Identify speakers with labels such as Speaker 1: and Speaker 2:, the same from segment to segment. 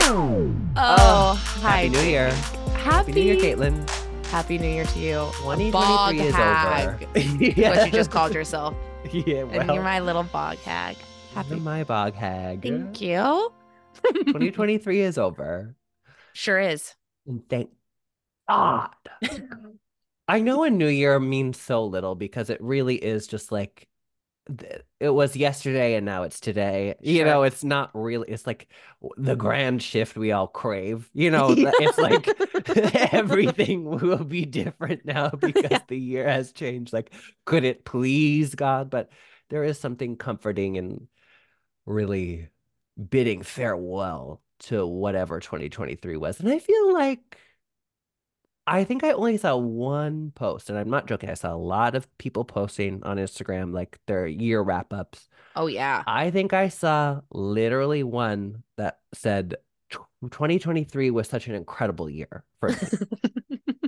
Speaker 1: Oh, hi.
Speaker 2: Happy New Year.
Speaker 1: Happy,
Speaker 2: Happy New Year, Caitlin.
Speaker 1: Happy New Year to you.
Speaker 2: 2023 is
Speaker 1: hag.
Speaker 2: over.
Speaker 1: What you just called yourself.
Speaker 2: Yeah, well,
Speaker 1: and you're my little bog hag. Happy.
Speaker 2: you're my bog hag.
Speaker 1: Thank you.
Speaker 2: 2023 is over.
Speaker 1: Sure is.
Speaker 2: And thank God. I know a new year means so little because it really is just like th- it was yesterday and now it's today. You
Speaker 1: Sure.
Speaker 2: know, it's not really, it's like w- the grand shift we all crave. You know, th- it's like everything will be different now because the year has changed. Like, could it please God? But there is something comforting and really bidding farewell to whatever 2023 was. And I feel like I think I only saw one post, and I'm not joking. I saw a lot of people posting on Instagram like their year wrap ups.
Speaker 1: Oh, yeah.
Speaker 2: I think I saw literally one that said "Tw- 2023 was such an incredible year for me.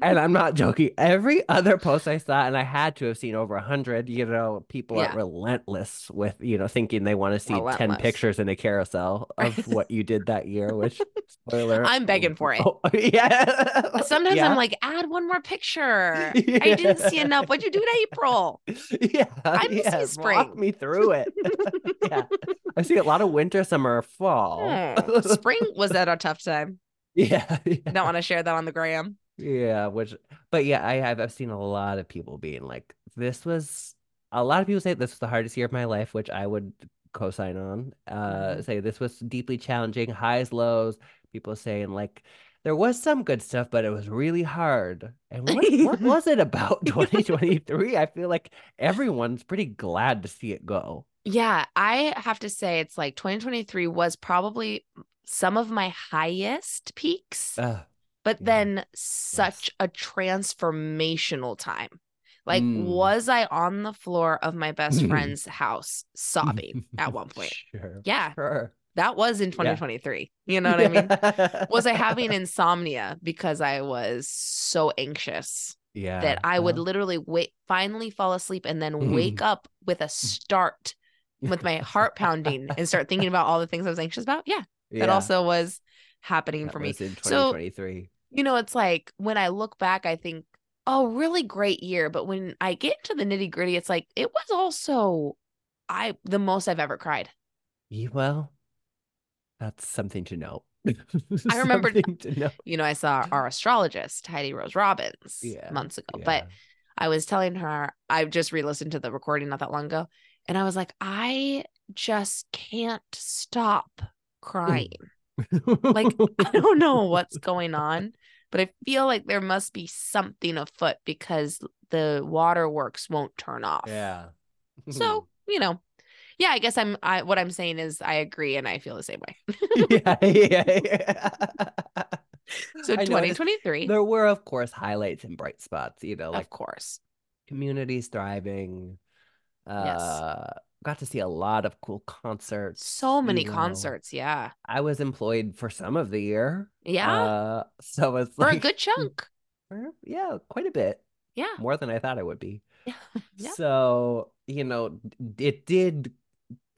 Speaker 2: and I'm not joking. Every other post I saw, and I had to have seen over 100, you know, people
Speaker 1: Yeah.
Speaker 2: are relentless with, you know, thinking they want to see 10
Speaker 1: Relentless.
Speaker 2: pictures in a carousel
Speaker 1: Right.
Speaker 2: of what you did that year, which, spoiler.
Speaker 1: I'm begging for it.
Speaker 2: Oh, yeah.
Speaker 1: Sometimes
Speaker 2: Yeah.
Speaker 1: I'm like, add one more picture. I didn't see enough. What'd you do in April?
Speaker 2: Yeah,
Speaker 1: I miss you,
Speaker 2: yeah,
Speaker 1: spring.
Speaker 2: Walk me through it. yeah, I see a lot of winter, summer, fall.
Speaker 1: Hmm. Spring was at a tough time.
Speaker 2: Yeah, yeah,
Speaker 1: Don't want to share that on the gram.
Speaker 2: yeah, Which, but yeah, I have. I've seen a lot of people being like, "This was." A lot of people say this was the hardest year of my life, which I would co-sign on. Uh,
Speaker 1: Mhm.
Speaker 2: say this was deeply challenging, highs, lows. People saying like. There was some good stuff, but it was really hard. And what, what was it about 2023? I feel like everyone's pretty glad to see it go.
Speaker 1: Yeah, I have to say it's like 2023 was probably some of my highest peaks,
Speaker 2: Ugh.
Speaker 1: but
Speaker 2: yeah.
Speaker 1: then such a transformational time. Like,
Speaker 2: Mm.
Speaker 1: was I on the floor of my best friend's house sobbing at one point?
Speaker 2: Sure.
Speaker 1: Yeah,
Speaker 2: Sure.
Speaker 1: that was in 2023. You know what I mean? Was I having insomnia because I was so anxious
Speaker 2: yeah. uh-huh.
Speaker 1: that I would
Speaker 2: well,
Speaker 1: literally wait, finally fall asleep, and then wake up with a start with my heart pounding and start thinking about all the things I was anxious about. Yeah, that
Speaker 2: yeah,
Speaker 1: also was happening
Speaker 2: that
Speaker 1: for me.
Speaker 2: was in
Speaker 1: So-
Speaker 2: 2023.
Speaker 1: You know, it's like when I look back, I think, oh, really great year. But when I get into the nitty gritty, it's like it was also I the most I've ever cried.
Speaker 2: Ye- well, that's something to know.
Speaker 1: I remembered-
Speaker 2: Something to know.
Speaker 1: You know, I saw our astrologist Heidi Rose Robbins
Speaker 2: Yeah,
Speaker 1: months ago, but I was telling her, I just re listened to the recording not that long ago. And I was like, I just can't stop crying. like, I don't know what's going on, but I feel like there must be something afoot because the waterworks won't turn off.
Speaker 2: yeah.
Speaker 1: So, you know, yeah, I guess I'm, I, what I'm saying is I agree and I feel the same way.
Speaker 2: yeah, yeah, yeah.
Speaker 1: So
Speaker 2: I know, and it's-
Speaker 1: 2023,
Speaker 2: There were, of course, highlights and bright spots. You know, like
Speaker 1: of course.
Speaker 2: communities thriving.
Speaker 1: Yes.
Speaker 2: Uh, got to see a lot of cool concerts.
Speaker 1: So many
Speaker 2: you know.
Speaker 1: concerts. Yeah.
Speaker 2: I was employed for some of the year.
Speaker 1: Yeah.
Speaker 2: Uh, so it's
Speaker 1: for
Speaker 2: like
Speaker 1: a good chunk.
Speaker 2: for- yeah, quite a bit
Speaker 1: Yeah.
Speaker 2: more than I thought it would be.
Speaker 1: Yeah. Yeah.
Speaker 2: So you know, d- it did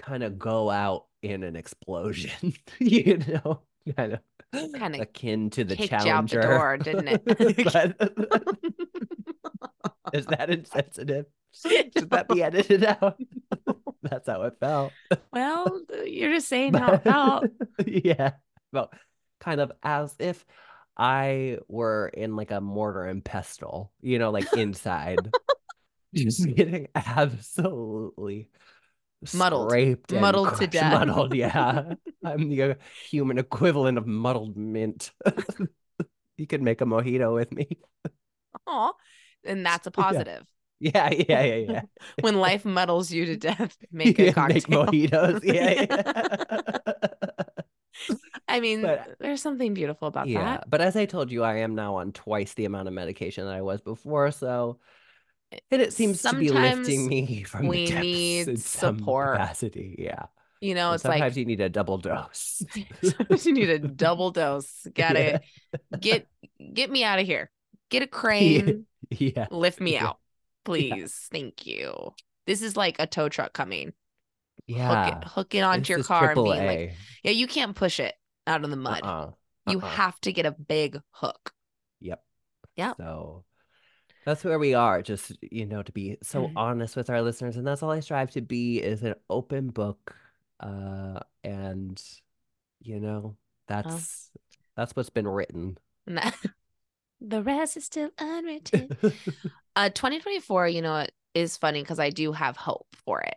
Speaker 2: kind of go out in an explosion. You know, kind of.
Speaker 1: Kinda
Speaker 2: akin to the
Speaker 1: kicked you out the
Speaker 2: challenger,
Speaker 1: door, didn't it?
Speaker 2: But- is that insensitive? Should that be edited out? That's how it felt.
Speaker 1: Well, uh, you're just saying how it felt.
Speaker 2: yeah. Well, kind of as if I were in like a mortar and pestle, you know, like inside. Just getting absolutely
Speaker 1: Muddled.
Speaker 2: scraped and
Speaker 1: Muddled to
Speaker 2: crushed-
Speaker 1: death.
Speaker 2: Muddled, yeah. I'm the human equivalent of muddled mint. you could make a mojito with me.
Speaker 1: Aw. And that's a
Speaker 2: Yeah.
Speaker 1: positive.
Speaker 2: Yeah, yeah, yeah, yeah.
Speaker 1: When life muddles you to death, make a
Speaker 2: Yeah, make
Speaker 1: cocktail.
Speaker 2: mojitos. Yeah, yeah.
Speaker 1: I mean,
Speaker 2: but-
Speaker 1: there's something beautiful about
Speaker 2: Yeah,
Speaker 1: that.
Speaker 2: but as I told you, I am now on twice the amount of medication that I was before, so and it seems to be
Speaker 1: Eh, sometimes
Speaker 2: lifting me from
Speaker 1: we
Speaker 2: the depths
Speaker 1: need
Speaker 2: in some
Speaker 1: support.
Speaker 2: capacity. Yeah,
Speaker 1: You know,
Speaker 2: And
Speaker 1: it's
Speaker 2: sometimes
Speaker 1: like
Speaker 2: you need a double dose.
Speaker 1: sometimes you need a double dose. Gotta get get me out of here. Get a crane.
Speaker 2: Yeah,
Speaker 1: Lift me
Speaker 2: Yeah.
Speaker 1: out. Please. Thank you. This is like a tow truck coming.
Speaker 2: yeah.
Speaker 1: Hook it hook it onto
Speaker 2: This
Speaker 1: your
Speaker 2: is
Speaker 1: car and being like,
Speaker 2: AAA.
Speaker 1: yeah, you can't push it. out of the mud.
Speaker 2: Uh-uh.
Speaker 1: You
Speaker 2: Uh-uh.
Speaker 1: have to get a big hook.
Speaker 2: Yep.
Speaker 1: Yeah.
Speaker 2: So that's where we are. Just you know, to be so
Speaker 1: Mhm.
Speaker 2: honest with our listeners, and that's all I strive to be is an open book. Uh, and you
Speaker 1: Oh.
Speaker 2: know, that's that's what's been written.
Speaker 1: And that- the rest is still unwritten. uh 2024 you know it is funny because i do have hope for it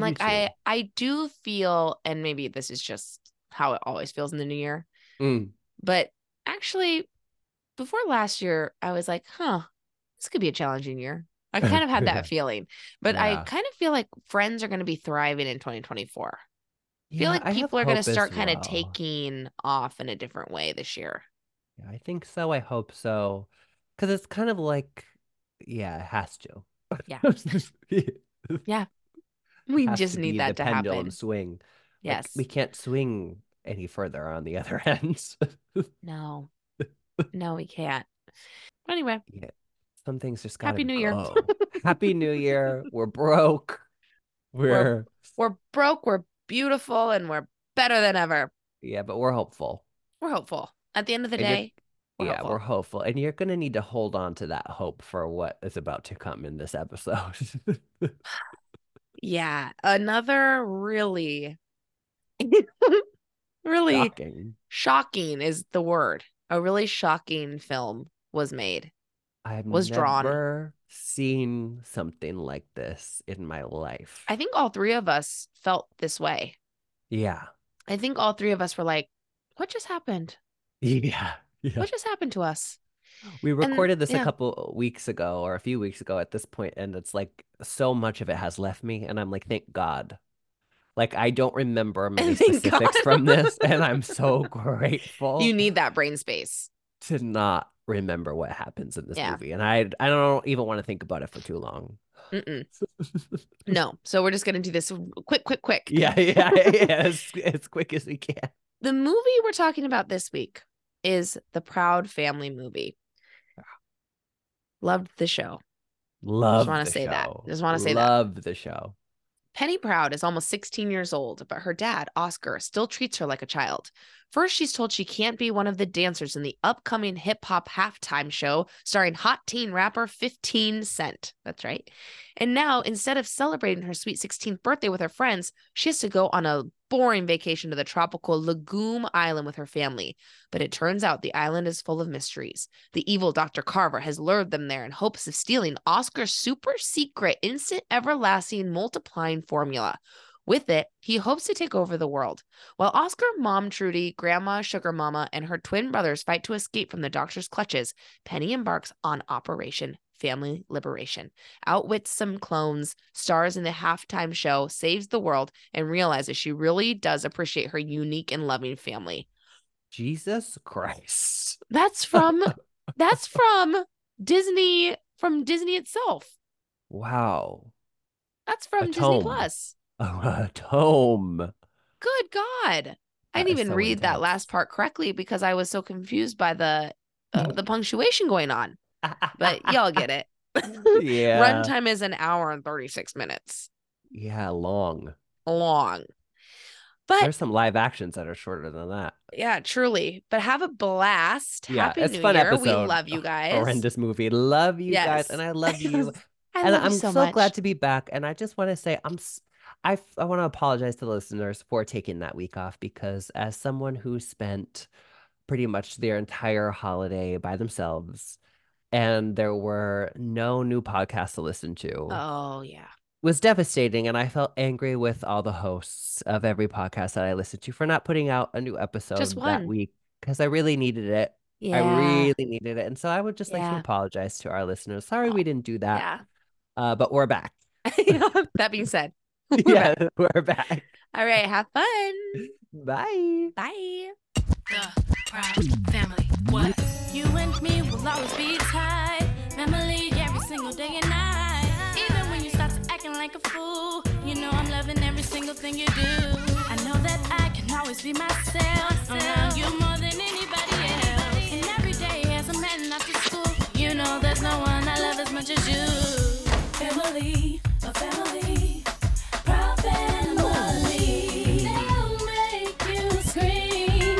Speaker 2: I do
Speaker 1: like i
Speaker 2: too.
Speaker 1: i do feel and maybe this is just how it always feels in the new year
Speaker 2: Mm,
Speaker 1: but actually before last year i was like huh this could be a challenging year i kind of had that feeling but i
Speaker 2: Yeah.
Speaker 1: kind of feel like friends are going to be thriving in 2024 i feel
Speaker 2: yeah,
Speaker 1: like
Speaker 2: I have
Speaker 1: people are going to
Speaker 2: hope as
Speaker 1: start kind of
Speaker 2: well.
Speaker 1: taking off in a different way this year
Speaker 2: Yeah, I think so. I hope so. Because it's kind of like, yeah, it has to.
Speaker 1: Yeah.
Speaker 2: It
Speaker 1: we
Speaker 2: has
Speaker 1: just
Speaker 2: to
Speaker 1: need
Speaker 2: be
Speaker 1: that
Speaker 2: the
Speaker 1: to
Speaker 2: pendulum
Speaker 1: happen
Speaker 2: swing. Like,
Speaker 1: yes
Speaker 2: we can't swing any further on the other end.
Speaker 1: No. No, we can't. But anyway,
Speaker 2: Yeah. Some things just gotta
Speaker 1: Happy New Year.
Speaker 2: go. Happy New Year. We're broke. We're,
Speaker 1: we're broke, we're beautiful, and we're better than ever.
Speaker 2: yeah, but we're hopeful.
Speaker 1: We're hopeful. At the end of the
Speaker 2: And you're-
Speaker 1: day, we're
Speaker 2: yeah,
Speaker 1: hopeful.
Speaker 2: we're hopeful. And you're gonna need to hold on to that hope for what is about to come in this episode.
Speaker 1: yeah. Another really really
Speaker 2: Shocking.
Speaker 1: shocking is the word. A really shocking film was made.
Speaker 2: I've
Speaker 1: was drawn.
Speaker 2: never seen something like this in my life.
Speaker 1: I think all three of us felt this way.
Speaker 2: yeah.
Speaker 1: I think all three of us were like, what just happened?
Speaker 2: Yeah. Yeah.
Speaker 1: What just happened to us?
Speaker 2: We
Speaker 1: and-
Speaker 2: recorded this
Speaker 1: yeah.
Speaker 2: a couple weeks ago or a few weeks ago at this point, and it's like so much of it has left me, and I'm like, thank God. Like I don't remember many
Speaker 1: Thank
Speaker 2: specifics
Speaker 1: God.
Speaker 2: from this, and I'm so grateful
Speaker 1: You need that brain space.
Speaker 2: to not remember what happens in this
Speaker 1: Yeah.
Speaker 2: movie. And I I don't even want to think about it for too long.
Speaker 1: Mm-mm. No. So we're just going to do this quick, quick, quick.
Speaker 2: yeah, yeah, yeah. As, as quick as we can.
Speaker 1: The movie we're talking about this week is the Proud Family movie. Loved the show.
Speaker 2: Love.
Speaker 1: wanna
Speaker 2: the
Speaker 1: say that.
Speaker 2: show.
Speaker 1: Just wanna say that.
Speaker 2: Love the show.
Speaker 1: Penny Proud is almost 16 years old, but her dad, Oscar, still treats her like a child. First, she's told she can't be one of the dancers in the upcoming hip hop halftime show starring hot teen rapper 15 Cent. That's right. And now, instead of celebrating her sweet 16th birthday with her friends, she has to go on a boring vacation to the tropical Lagoon Island with her family. But it turns out the island is full of mysteries. The evil Dr. Carver has lured them there in hopes of stealing Oscar's super secret, instant, everlasting, multiplying formula. With it, he hopes to take over the world. While Oscar, mom Trudy, grandma Sugar Mama, and her twin brothers fight to escape from the doctor's clutches, Penny embarks on Operation Family Liberation, outwits some clones, stars in the halftime show, saves the world, and realizes she really does appreciate her unique and loving family.
Speaker 2: Jesus Christ.
Speaker 1: That's from that's from Disney from Disney itself.
Speaker 2: Wow.
Speaker 1: That's from Disney
Speaker 2: tome.
Speaker 1: Plus.
Speaker 2: A tome.
Speaker 1: Good God. I
Speaker 2: That
Speaker 1: didn't
Speaker 2: is
Speaker 1: even
Speaker 2: so
Speaker 1: read that
Speaker 2: intense.
Speaker 1: last part correctly because I was so confused by the uh,
Speaker 2: Mm.
Speaker 1: the punctuation going on. But y'all get it.
Speaker 2: yeah.
Speaker 1: Runtime is an hour and 36 minutes
Speaker 2: Yeah, long.
Speaker 1: long. But
Speaker 2: There's some live actions that are shorter than that.
Speaker 1: yeah, truly. But have a blast.
Speaker 2: Yeah,
Speaker 1: Happy
Speaker 2: it's
Speaker 1: New
Speaker 2: fun
Speaker 1: Year. We
Speaker 2: episode.
Speaker 1: love you guys.
Speaker 2: Horrendous movie. Love you
Speaker 1: Yes.
Speaker 2: guys, and I love you.
Speaker 1: I
Speaker 2: and
Speaker 1: love
Speaker 2: I'm
Speaker 1: you so,
Speaker 2: so
Speaker 1: much.
Speaker 2: glad to be back. And I just want to say, I'm. s- I, f- I want to apologize to the listeners for taking that week off because, as someone who spent pretty much their entire holiday by themselves, and there were no new podcasts to listen to,
Speaker 1: Oh yeah.
Speaker 2: was devastating and I felt angry with all the hosts of every podcast that I listened to for not putting out a new episode that
Speaker 1: one.
Speaker 2: week because I really needed it.
Speaker 1: Yeah.
Speaker 2: I really needed it. And so I would just like
Speaker 1: Yeah.
Speaker 2: to apologize to our listeners. Sorry
Speaker 1: Oh,
Speaker 2: we didn't do that.
Speaker 1: yeah.
Speaker 2: Uh, but we're back.
Speaker 1: that being said,
Speaker 2: yeah, we're back.
Speaker 1: all right, have fun.
Speaker 2: Bye.
Speaker 1: Bye.
Speaker 3: The proud family. What? You and me will always be tied. Memory every single day and night. Even when you start to acting like a fool, you know I'm loving every single thing you do. I know that I can always be myself around you more than anybody else. And every day as I'm heading off to school, you know there's no one I love as much as you. Family, a family. Proud family. They'll make you scream.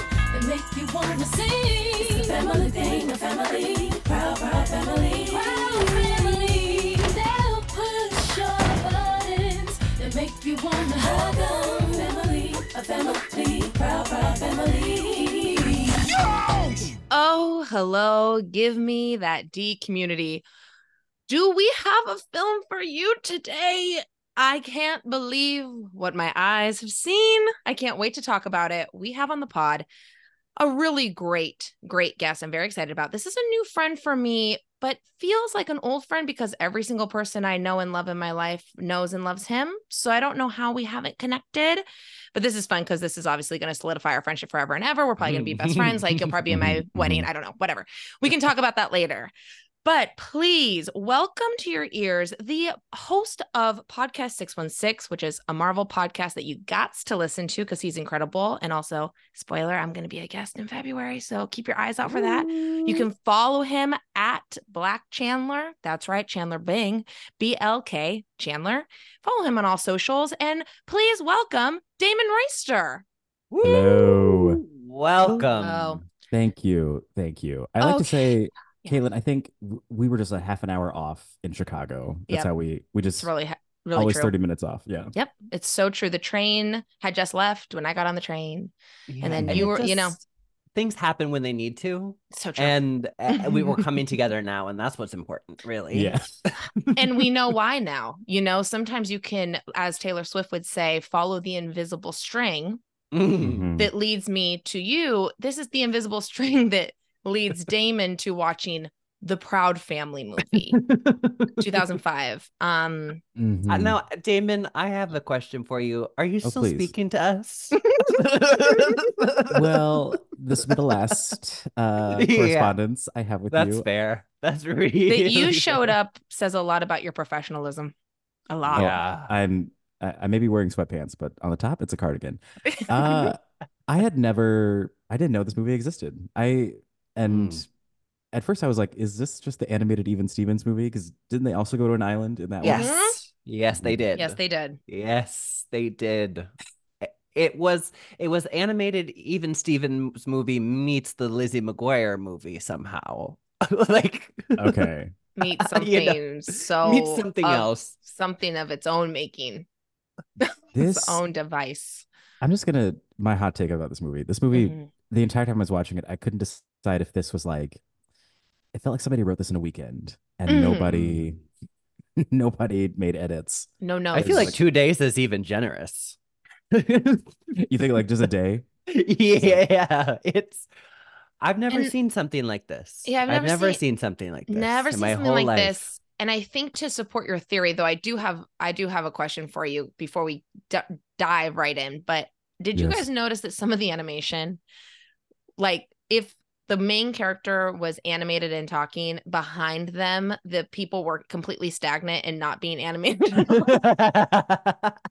Speaker 1: Oh, hello, give me that D community. Do we have a film for you today? I can't believe what my eyes have seen. I can't wait to talk about it. We have on the pod a really great, great guest. I'm very excited about. This is a new friend for me, but feels like an old friend because every single person I know and love in my life knows and loves him. So I don't know how we haven't connected, but this is fun because this is obviously going to solidify our friendship forever and ever. We're probably going to be best friends. Like you'll probably be at my wedding. I don't know, whatever. We can talk about that later. But please welcome to your ears the host of Podcast 616, which is a Marvel podcast that you got to listen to because he's incredible. And also, spoiler, I'm going to be a guest in February. So keep your eyes out for that. You can follow him at Black Chandler. That's right, Chandler Bing, B L K Chandler. Follow him on all socials. And please welcome Damon Reister.
Speaker 4: Hello.
Speaker 2: Welcome.
Speaker 1: Oh.
Speaker 4: Um, Thank you. Thank you. I like
Speaker 1: Okay.
Speaker 4: to say,
Speaker 1: Yeah.
Speaker 4: Caitlin, I think w- we were just a half an hour off in Chicago. That's
Speaker 1: Yep.
Speaker 4: how we we just
Speaker 1: It's really, really
Speaker 4: always
Speaker 1: true.
Speaker 4: 30 minutes off. Yeah.
Speaker 1: Yep, it's so true. The train had just left when I got on the train.
Speaker 2: Yeah,
Speaker 1: then you
Speaker 2: it
Speaker 1: were- you know-
Speaker 2: just- things happen when they need to,
Speaker 1: So true.
Speaker 2: and uh, we were coming together now, and that's what's important, really.
Speaker 4: Yeah.
Speaker 1: and we know why now. You know, sometimes you can, as Taylor Swift would say, follow the invisible string
Speaker 2: Mm.
Speaker 4: Mhm.
Speaker 1: that leads me to you. This is the invisible string that leads Damon to watching the Proud Family movie, 2005. Um,
Speaker 4: Mhm.
Speaker 2: Uh, now, Damon, I have a question for you. Are you
Speaker 4: Oh,
Speaker 2: still
Speaker 4: please.
Speaker 2: speaking to us?
Speaker 4: Well, this will be the last uh,
Speaker 2: Yeah.
Speaker 4: correspondence I have with
Speaker 2: that's
Speaker 4: you.
Speaker 2: fair. That's really
Speaker 1: that you showed up says a lot about your professionalism. A lot.
Speaker 2: Yeah.
Speaker 4: I'm I, I may be wearing sweatpants, but on the top it's a cardigan. Uh, I had never I didn't know this movie existed. I and
Speaker 2: Mm.
Speaker 4: at first I was like, is this just the animated Even Stevens movie? Because didn't they also go to an island in that one?
Speaker 2: Yes. Yes, they did.
Speaker 1: Mm-hmm. yes, they did.
Speaker 2: Yes, they did. I- It was it was animated even Stevens movie meets the Lizzie McGuire movie somehow. like
Speaker 4: Okay.
Speaker 1: Meet something
Speaker 2: You know,
Speaker 1: so
Speaker 2: meets something
Speaker 1: of-
Speaker 2: else.
Speaker 1: something of its own making,
Speaker 4: This
Speaker 1: its own device.
Speaker 4: I'm just gonna my hot take about this movie. This movie,
Speaker 1: Mhm.
Speaker 4: the entire time I was watching it, I couldn't decide if this was like it felt like somebody wrote this in a weekend and
Speaker 1: Mm.
Speaker 4: nobody nobody made edits.
Speaker 1: No, no.
Speaker 2: I feel like
Speaker 4: like-
Speaker 2: two days is even generous.
Speaker 4: You think like just a day?
Speaker 2: yeah, it's. I've never
Speaker 1: And-
Speaker 2: seen something like this.
Speaker 1: Yeah, I've never seen-
Speaker 2: seen something like this.
Speaker 1: Never
Speaker 2: in
Speaker 1: seen
Speaker 2: my
Speaker 1: something
Speaker 2: whole
Speaker 1: like
Speaker 2: life.
Speaker 1: this. And I think to support your theory, though, I do have I do have a question for you before we d- dive right in. But did you
Speaker 4: Yes.
Speaker 1: guys notice that some of the animation, like if the main character was animated and talking behind them, the people were completely stagnant and not being animated.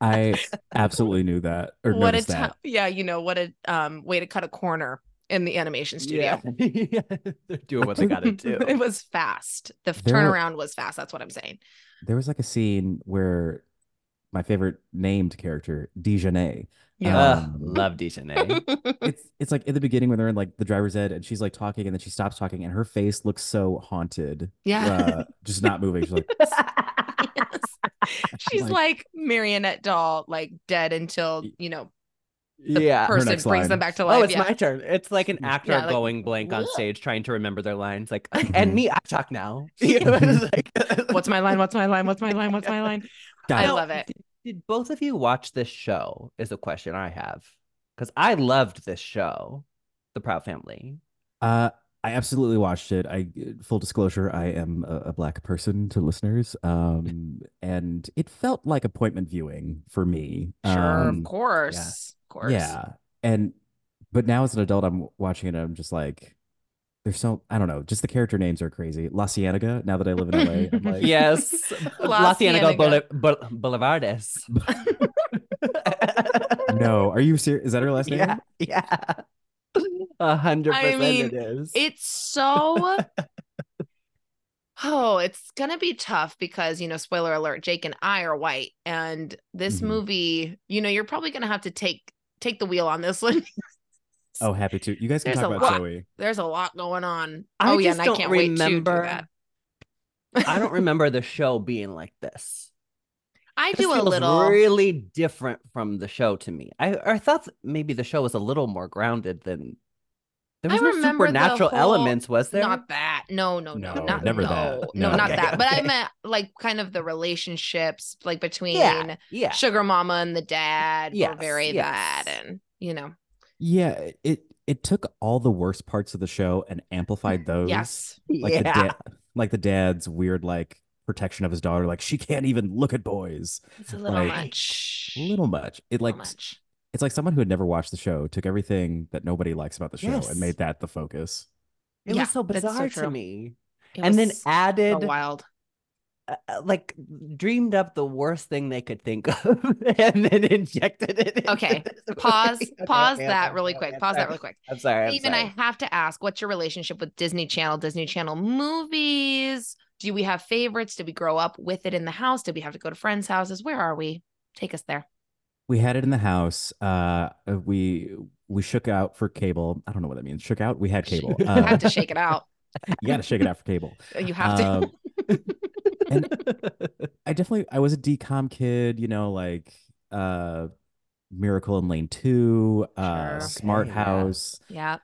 Speaker 4: I absolutely knew that or
Speaker 1: what a
Speaker 4: noticed that.
Speaker 1: time! Yeah, you know what a um way to cut a corner in the animation studio.
Speaker 2: Yeah. They're doing what they gotta do.
Speaker 1: it was fast. The f-
Speaker 4: There were-
Speaker 1: turnaround was fast. That's what I'm saying.
Speaker 4: There was like a scene where my favorite named character, Dejanay.
Speaker 2: Uh,
Speaker 1: Yeah.
Speaker 2: Ugh,
Speaker 4: um,
Speaker 2: love Dejanay.
Speaker 4: it's it's like in the beginning when they're in like the driver's ed and she's like talking and then she stops talking and her face looks so haunted,
Speaker 1: yeah.
Speaker 4: uh, just not moving. She's like,
Speaker 1: Yes. She's like,
Speaker 4: Like-
Speaker 1: marionette doll, like dead until you know
Speaker 2: yeah.
Speaker 4: her
Speaker 1: person
Speaker 4: next
Speaker 1: brings them
Speaker 4: line.
Speaker 1: back to life.
Speaker 2: Oh, it's
Speaker 1: yeah.
Speaker 2: my turn. It's like an actor
Speaker 1: Yeah, like,
Speaker 2: going blank on
Speaker 1: "Whoa."
Speaker 2: stage trying to remember their lines. Like,
Speaker 4: Mhm.
Speaker 2: and me, I talk now. You know, it's like-
Speaker 1: What's my line? What's my line? What's my line? What's my line?
Speaker 4: Got
Speaker 1: I
Speaker 4: it.
Speaker 1: love it.
Speaker 2: Did both of you watch this show? Is a question I have because I loved this show, The Proud Family.
Speaker 4: Uh, I absolutely watched it. I uh, full disclosure, I am a, a black person to listeners. Um, and it felt like appointment viewing for me.
Speaker 1: Sure,
Speaker 4: Um,
Speaker 1: of course, of course.
Speaker 4: Yeah. And but now as an adult, I'm watching it and I'm just like, there's so I don't know, just the character names are crazy. La Cienega, now that I live in LA, I'm like
Speaker 2: Yes,
Speaker 1: La
Speaker 2: La Cienega
Speaker 1: Cienega.
Speaker 2: Boule- Boule- Boulevardes.
Speaker 4: no, are you serious? Is that her last name?
Speaker 2: yeah, yeah, a hundred
Speaker 1: I
Speaker 2: percent.
Speaker 1: mean,
Speaker 2: it is.
Speaker 1: It's so. Oh, it's gonna be tough because you know, spoiler alert, Jake and I are white, and this
Speaker 4: Mhm.
Speaker 2: Mm-hmm.
Speaker 1: movie, you know, you're probably gonna have to take take the wheel on this one.
Speaker 4: Oh, happy to. You guys can
Speaker 1: There's
Speaker 4: talk
Speaker 1: a
Speaker 4: about
Speaker 1: lot.
Speaker 4: Zoe.
Speaker 1: There's a lot going on.
Speaker 2: I
Speaker 1: oh yeah,
Speaker 2: just
Speaker 1: and I
Speaker 2: don't
Speaker 1: can't wait to
Speaker 2: remember-
Speaker 1: do that.
Speaker 2: I don't remember the show being like this.
Speaker 1: I
Speaker 2: This
Speaker 1: do a
Speaker 2: feels
Speaker 1: little.
Speaker 2: really different from the show to me. I I thought maybe the show was a little more grounded than There
Speaker 1: I
Speaker 2: was no
Speaker 1: remember the
Speaker 2: supernatural
Speaker 1: whole-
Speaker 2: elements, was there?
Speaker 1: Not that. No, no, no,
Speaker 4: No,
Speaker 1: not
Speaker 4: never
Speaker 1: no,
Speaker 4: that.
Speaker 1: No,
Speaker 4: No.
Speaker 1: not
Speaker 2: Okay,
Speaker 1: that. But I
Speaker 2: okay.
Speaker 1: meant like kind of the relationships, like between
Speaker 2: Yeah, yeah.
Speaker 1: sugar mama and the dad. were
Speaker 2: Yes,
Speaker 1: very
Speaker 2: yes.
Speaker 1: bad, and you know,
Speaker 4: Yeah, it it took all the worst parts of the show and amplified those.
Speaker 1: yes,
Speaker 4: like
Speaker 2: yeah.
Speaker 4: the dad, like the dad's weird like protection of his daughter. Like she can't even look at boys.
Speaker 1: it's a little
Speaker 4: Like,
Speaker 1: much.
Speaker 4: A little much. It like
Speaker 1: Little much.
Speaker 4: it's like someone who had never watched the show took everything that nobody likes about the show
Speaker 2: Yes.
Speaker 4: and made that the focus.
Speaker 2: it
Speaker 1: Yeah,
Speaker 2: was so
Speaker 1: that's so
Speaker 2: bizarre to
Speaker 1: true.
Speaker 2: me.
Speaker 1: It
Speaker 2: and then
Speaker 1: was so
Speaker 2: added
Speaker 1: wild.
Speaker 2: uh, uh, like dreamed up the worst thing they could think of and then injected it. into
Speaker 1: Okay,
Speaker 2: this movie.
Speaker 1: Pause.
Speaker 2: Okay,
Speaker 1: Pause
Speaker 2: okay, I'm
Speaker 1: that
Speaker 2: sorry,
Speaker 1: really
Speaker 2: okay,
Speaker 1: quick.
Speaker 2: I'm
Speaker 1: Pause that
Speaker 2: sorry.
Speaker 1: really quick.
Speaker 2: I'm sorry. I'm
Speaker 1: Even
Speaker 2: sorry.
Speaker 1: I have to ask, what's your relationship with Disney Channel, Disney Channel movies? Do we have favorites? Did we grow up with it in the house? Did we have to go to friends' houses? Where are we? Take us there.
Speaker 4: We had it in the house. Uh, we we shook out for cable. I don't know what that means. Shook out. We had cable.
Speaker 1: You have
Speaker 4: Uh,
Speaker 1: to shake it out.
Speaker 4: you got to shake it out for cable.
Speaker 1: You have to.
Speaker 4: Um, I definitely I was a DCOM kid, you know, like uh Miracle in Lane 2, uh
Speaker 1: Sure.
Speaker 4: Smart
Speaker 2: Okay, yeah.
Speaker 4: House.
Speaker 1: yeah.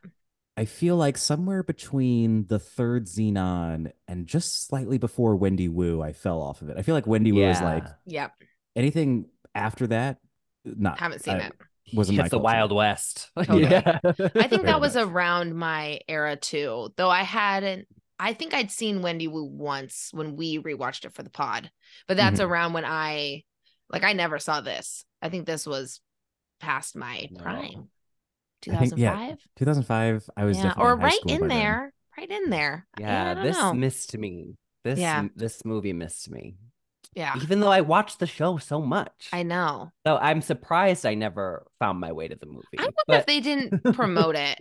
Speaker 4: I feel like somewhere between the third Xenon and just slightly before Wendy Wu, I fell off of it. I feel like Wendy Wu is like
Speaker 2: Yeah.
Speaker 1: Yeah.
Speaker 4: anything after that, not uh,
Speaker 1: Haven't seen
Speaker 4: I-
Speaker 1: it.
Speaker 4: Wasn't my
Speaker 2: it's the
Speaker 4: culture.
Speaker 2: Wild West.
Speaker 1: Totally.
Speaker 2: Yeah.
Speaker 1: I think
Speaker 4: Fair
Speaker 1: that was
Speaker 4: enough.
Speaker 1: around my era too, though I hadn't. I think I'd seen Wendy Wu once when we rewatched it for the pod, but that's
Speaker 4: Mhm.
Speaker 1: around when I, like, I never saw this. I think this was past my
Speaker 2: No.
Speaker 1: prime.
Speaker 4: I think- yeah,
Speaker 1: 2005?
Speaker 4: 2005 I was
Speaker 1: yeah.
Speaker 4: definitely
Speaker 1: Or
Speaker 4: in high
Speaker 1: right
Speaker 4: school by
Speaker 1: in
Speaker 4: then.
Speaker 1: there. Right in there. I- I
Speaker 2: Yeah,
Speaker 1: don't
Speaker 2: this
Speaker 1: know.
Speaker 2: missed me. This
Speaker 1: Yeah.
Speaker 2: this movie missed me.
Speaker 1: yeah.
Speaker 2: Even though I watched the show so much.
Speaker 1: I know.
Speaker 2: so I'm surprised I never found my way to the movie.
Speaker 1: I wonder if
Speaker 2: but
Speaker 1: they didn't promote it.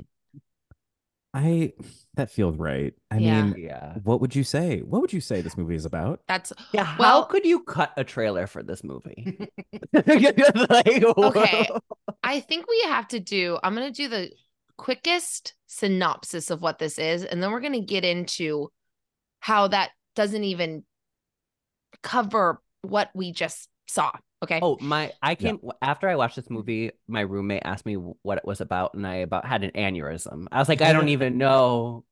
Speaker 4: I that feels right. I
Speaker 1: Yeah.
Speaker 4: mean,
Speaker 2: yeah.
Speaker 4: what would you say? What would you say this movie is about?
Speaker 1: That's
Speaker 2: Yeah, how
Speaker 1: Well-
Speaker 2: could you cut a trailer for this movie? Like,
Speaker 1: Okay.
Speaker 2: whoa.
Speaker 1: I think we have to do, I'm going to do the quickest synopsis of what this is, and then we're going to get into how that doesn't even cover what we just saw. Okay.
Speaker 2: Oh my! I came after I watched this movie. My roommate asked me wh- what it was about, and I about had an aneurysm. I was like, I don't even know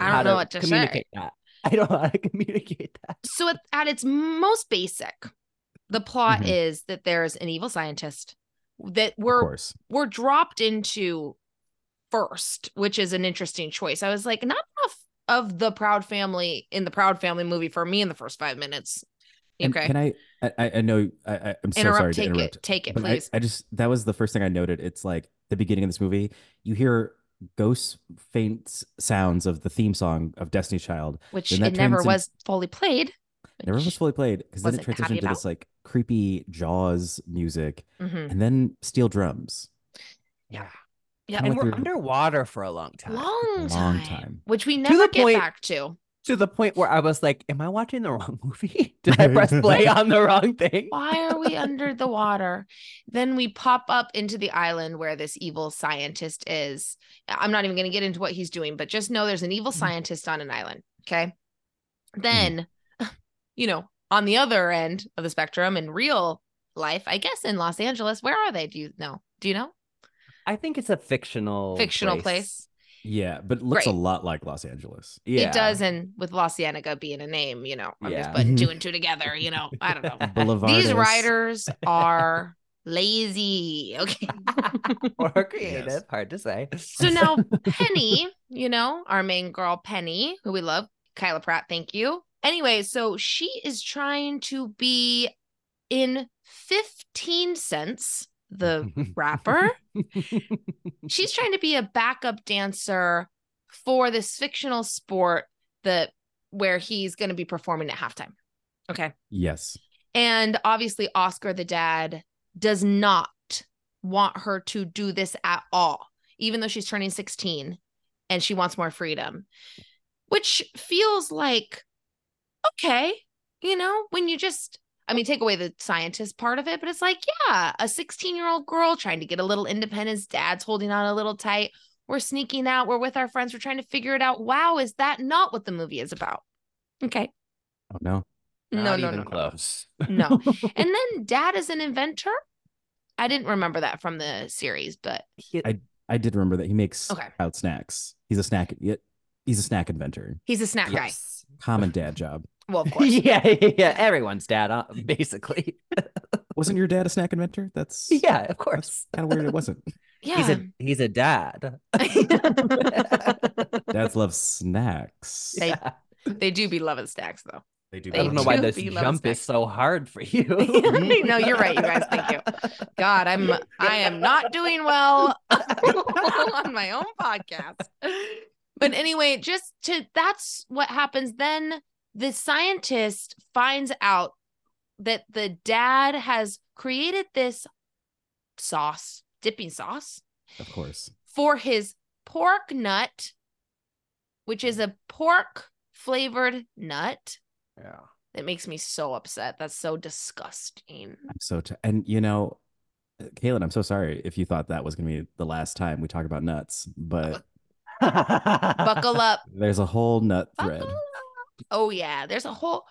Speaker 1: I
Speaker 2: how
Speaker 1: don't know
Speaker 2: to
Speaker 1: what to say.
Speaker 2: communicate that. I don't know how to communicate that.
Speaker 1: So, at, at its most basic, the plot
Speaker 4: Mhm.
Speaker 1: is that there's an evil scientist that
Speaker 4: Of
Speaker 1: we're
Speaker 4: course.
Speaker 1: we're dropped into first, which is an interesting choice. I was like, not enough of the Proud Family in the Proud Family movie for me in the first five minutes.
Speaker 4: And
Speaker 1: Okay.
Speaker 4: Can I? I- I, I know. I, I- I'm so
Speaker 1: interrupt,
Speaker 4: sorry
Speaker 1: take
Speaker 4: to interrupt.
Speaker 1: it, take it,
Speaker 4: but I-
Speaker 1: please.
Speaker 4: I, just that was the first thing I noted. It's like the beginning of this movie. You hear ghost faint s- sounds of the theme song of Destiny Child.
Speaker 1: which
Speaker 4: then that
Speaker 1: it never
Speaker 4: turns in-
Speaker 1: was fully played.
Speaker 4: Never was fully played because then it
Speaker 1: wasn't happy
Speaker 4: transitioned to
Speaker 1: about.
Speaker 4: this like creepy Jaws music,
Speaker 1: Mhm.
Speaker 4: and then steel drums.
Speaker 2: Yeah,
Speaker 1: Yeah,
Speaker 4: Kinda
Speaker 2: and we're
Speaker 4: through-
Speaker 2: underwater for a long time.
Speaker 1: long
Speaker 4: Long
Speaker 1: time,
Speaker 4: time.
Speaker 1: which we
Speaker 2: the
Speaker 1: never get
Speaker 2: point-
Speaker 1: back to.
Speaker 2: To the point where I was like, "Am I watching the wrong movie? Did I press play on the wrong thing?"
Speaker 1: Why are we under the water? Then we pop up into the island where this evil scientist is. I'm not even going to get into what he's doing, but just know there's an evil
Speaker 4: Mm-hmm.
Speaker 1: scientist on an island. Okay. Then, you know, on the other end of the spectrum in real life, I guess in Los Angeles, where are they? Do you know? Do you know?
Speaker 2: I think it's a fictional
Speaker 1: Fictional
Speaker 4: Yeah, but it looks a
Speaker 1: Great.
Speaker 4: lot like Los Angeles.
Speaker 2: Yeah,
Speaker 1: It does, and with La Cienega being a name, you know, I'm
Speaker 2: Yeah.
Speaker 1: just putting two and two together, you know. I don't know.
Speaker 4: Boulevard.
Speaker 1: These writers are lazy. Okay.
Speaker 2: or creative.
Speaker 4: Yes.
Speaker 2: Hard to say.
Speaker 1: so now Penny, you know, our main girl Penny, who we love, Kyla Pratt, thank you. Anyway, so she is trying to be in 15 cents, the rapper. she's trying to be a backup dancer for this fictional sport that where he's going to be performing at halftime. Okay.
Speaker 4: Yes.
Speaker 1: And obviously Oscar the dad does not want her to do this at all, even though she's turning 16 and she wants more freedom, which feels like okay, you know, when you just I mean, take away the scientist part of it, but it's like, yeah, a 16 year old girl trying to get a little independence, dad's holding on a little tight. We're sneaking out. We're with our friends. We're trying to figure it out. Wow, is that not what the movie is about? Okay.
Speaker 4: Oh no.
Speaker 1: No,
Speaker 2: Not
Speaker 1: no,
Speaker 2: even
Speaker 1: no, no.
Speaker 2: close.
Speaker 1: No. And then dad is an inventor. I didn't remember that from the series, but
Speaker 2: He-
Speaker 4: I I did remember that he makes
Speaker 1: Okay.
Speaker 4: out snacks. He's a snack. He's a snack inventor.
Speaker 1: He's a snack
Speaker 2: Yes.
Speaker 4: Common dad job.
Speaker 1: guy. Well, of course.
Speaker 2: yeah, yeah. Everyone's dad, uh, basically.
Speaker 4: Wasn't your dad a snack inventor? That's
Speaker 2: Yeah, of course.
Speaker 4: kind of weird. It wasn't.
Speaker 1: Yeah.
Speaker 2: He's a he's a dad.
Speaker 4: Dads love snacks.
Speaker 1: They- they do be loving snacks though.
Speaker 4: They do.
Speaker 2: I don't know why
Speaker 1: do
Speaker 2: this
Speaker 1: be love
Speaker 2: jump is
Speaker 1: snacks.
Speaker 2: so hard for you.
Speaker 1: no, you're right, you guys. Thank you. God, I'm I am not doing well on my own podcast. But anyway, just to that's what happens. Then the scientist finds out that the dad has created this sauce, dipping sauce
Speaker 4: Of course.
Speaker 1: for his pork nut, which is a pork flavored nut.
Speaker 2: Yeah.
Speaker 1: That makes me so upset. That's so disgusting.
Speaker 4: I'm so t- and you know, uh, Kaylin, I'm so sorry if you thought that was gonna be the last time we talk about nuts, but
Speaker 1: Buckle up.
Speaker 4: there's a whole nut thread.
Speaker 1: Buckle up. Oh yeah, there's a whole.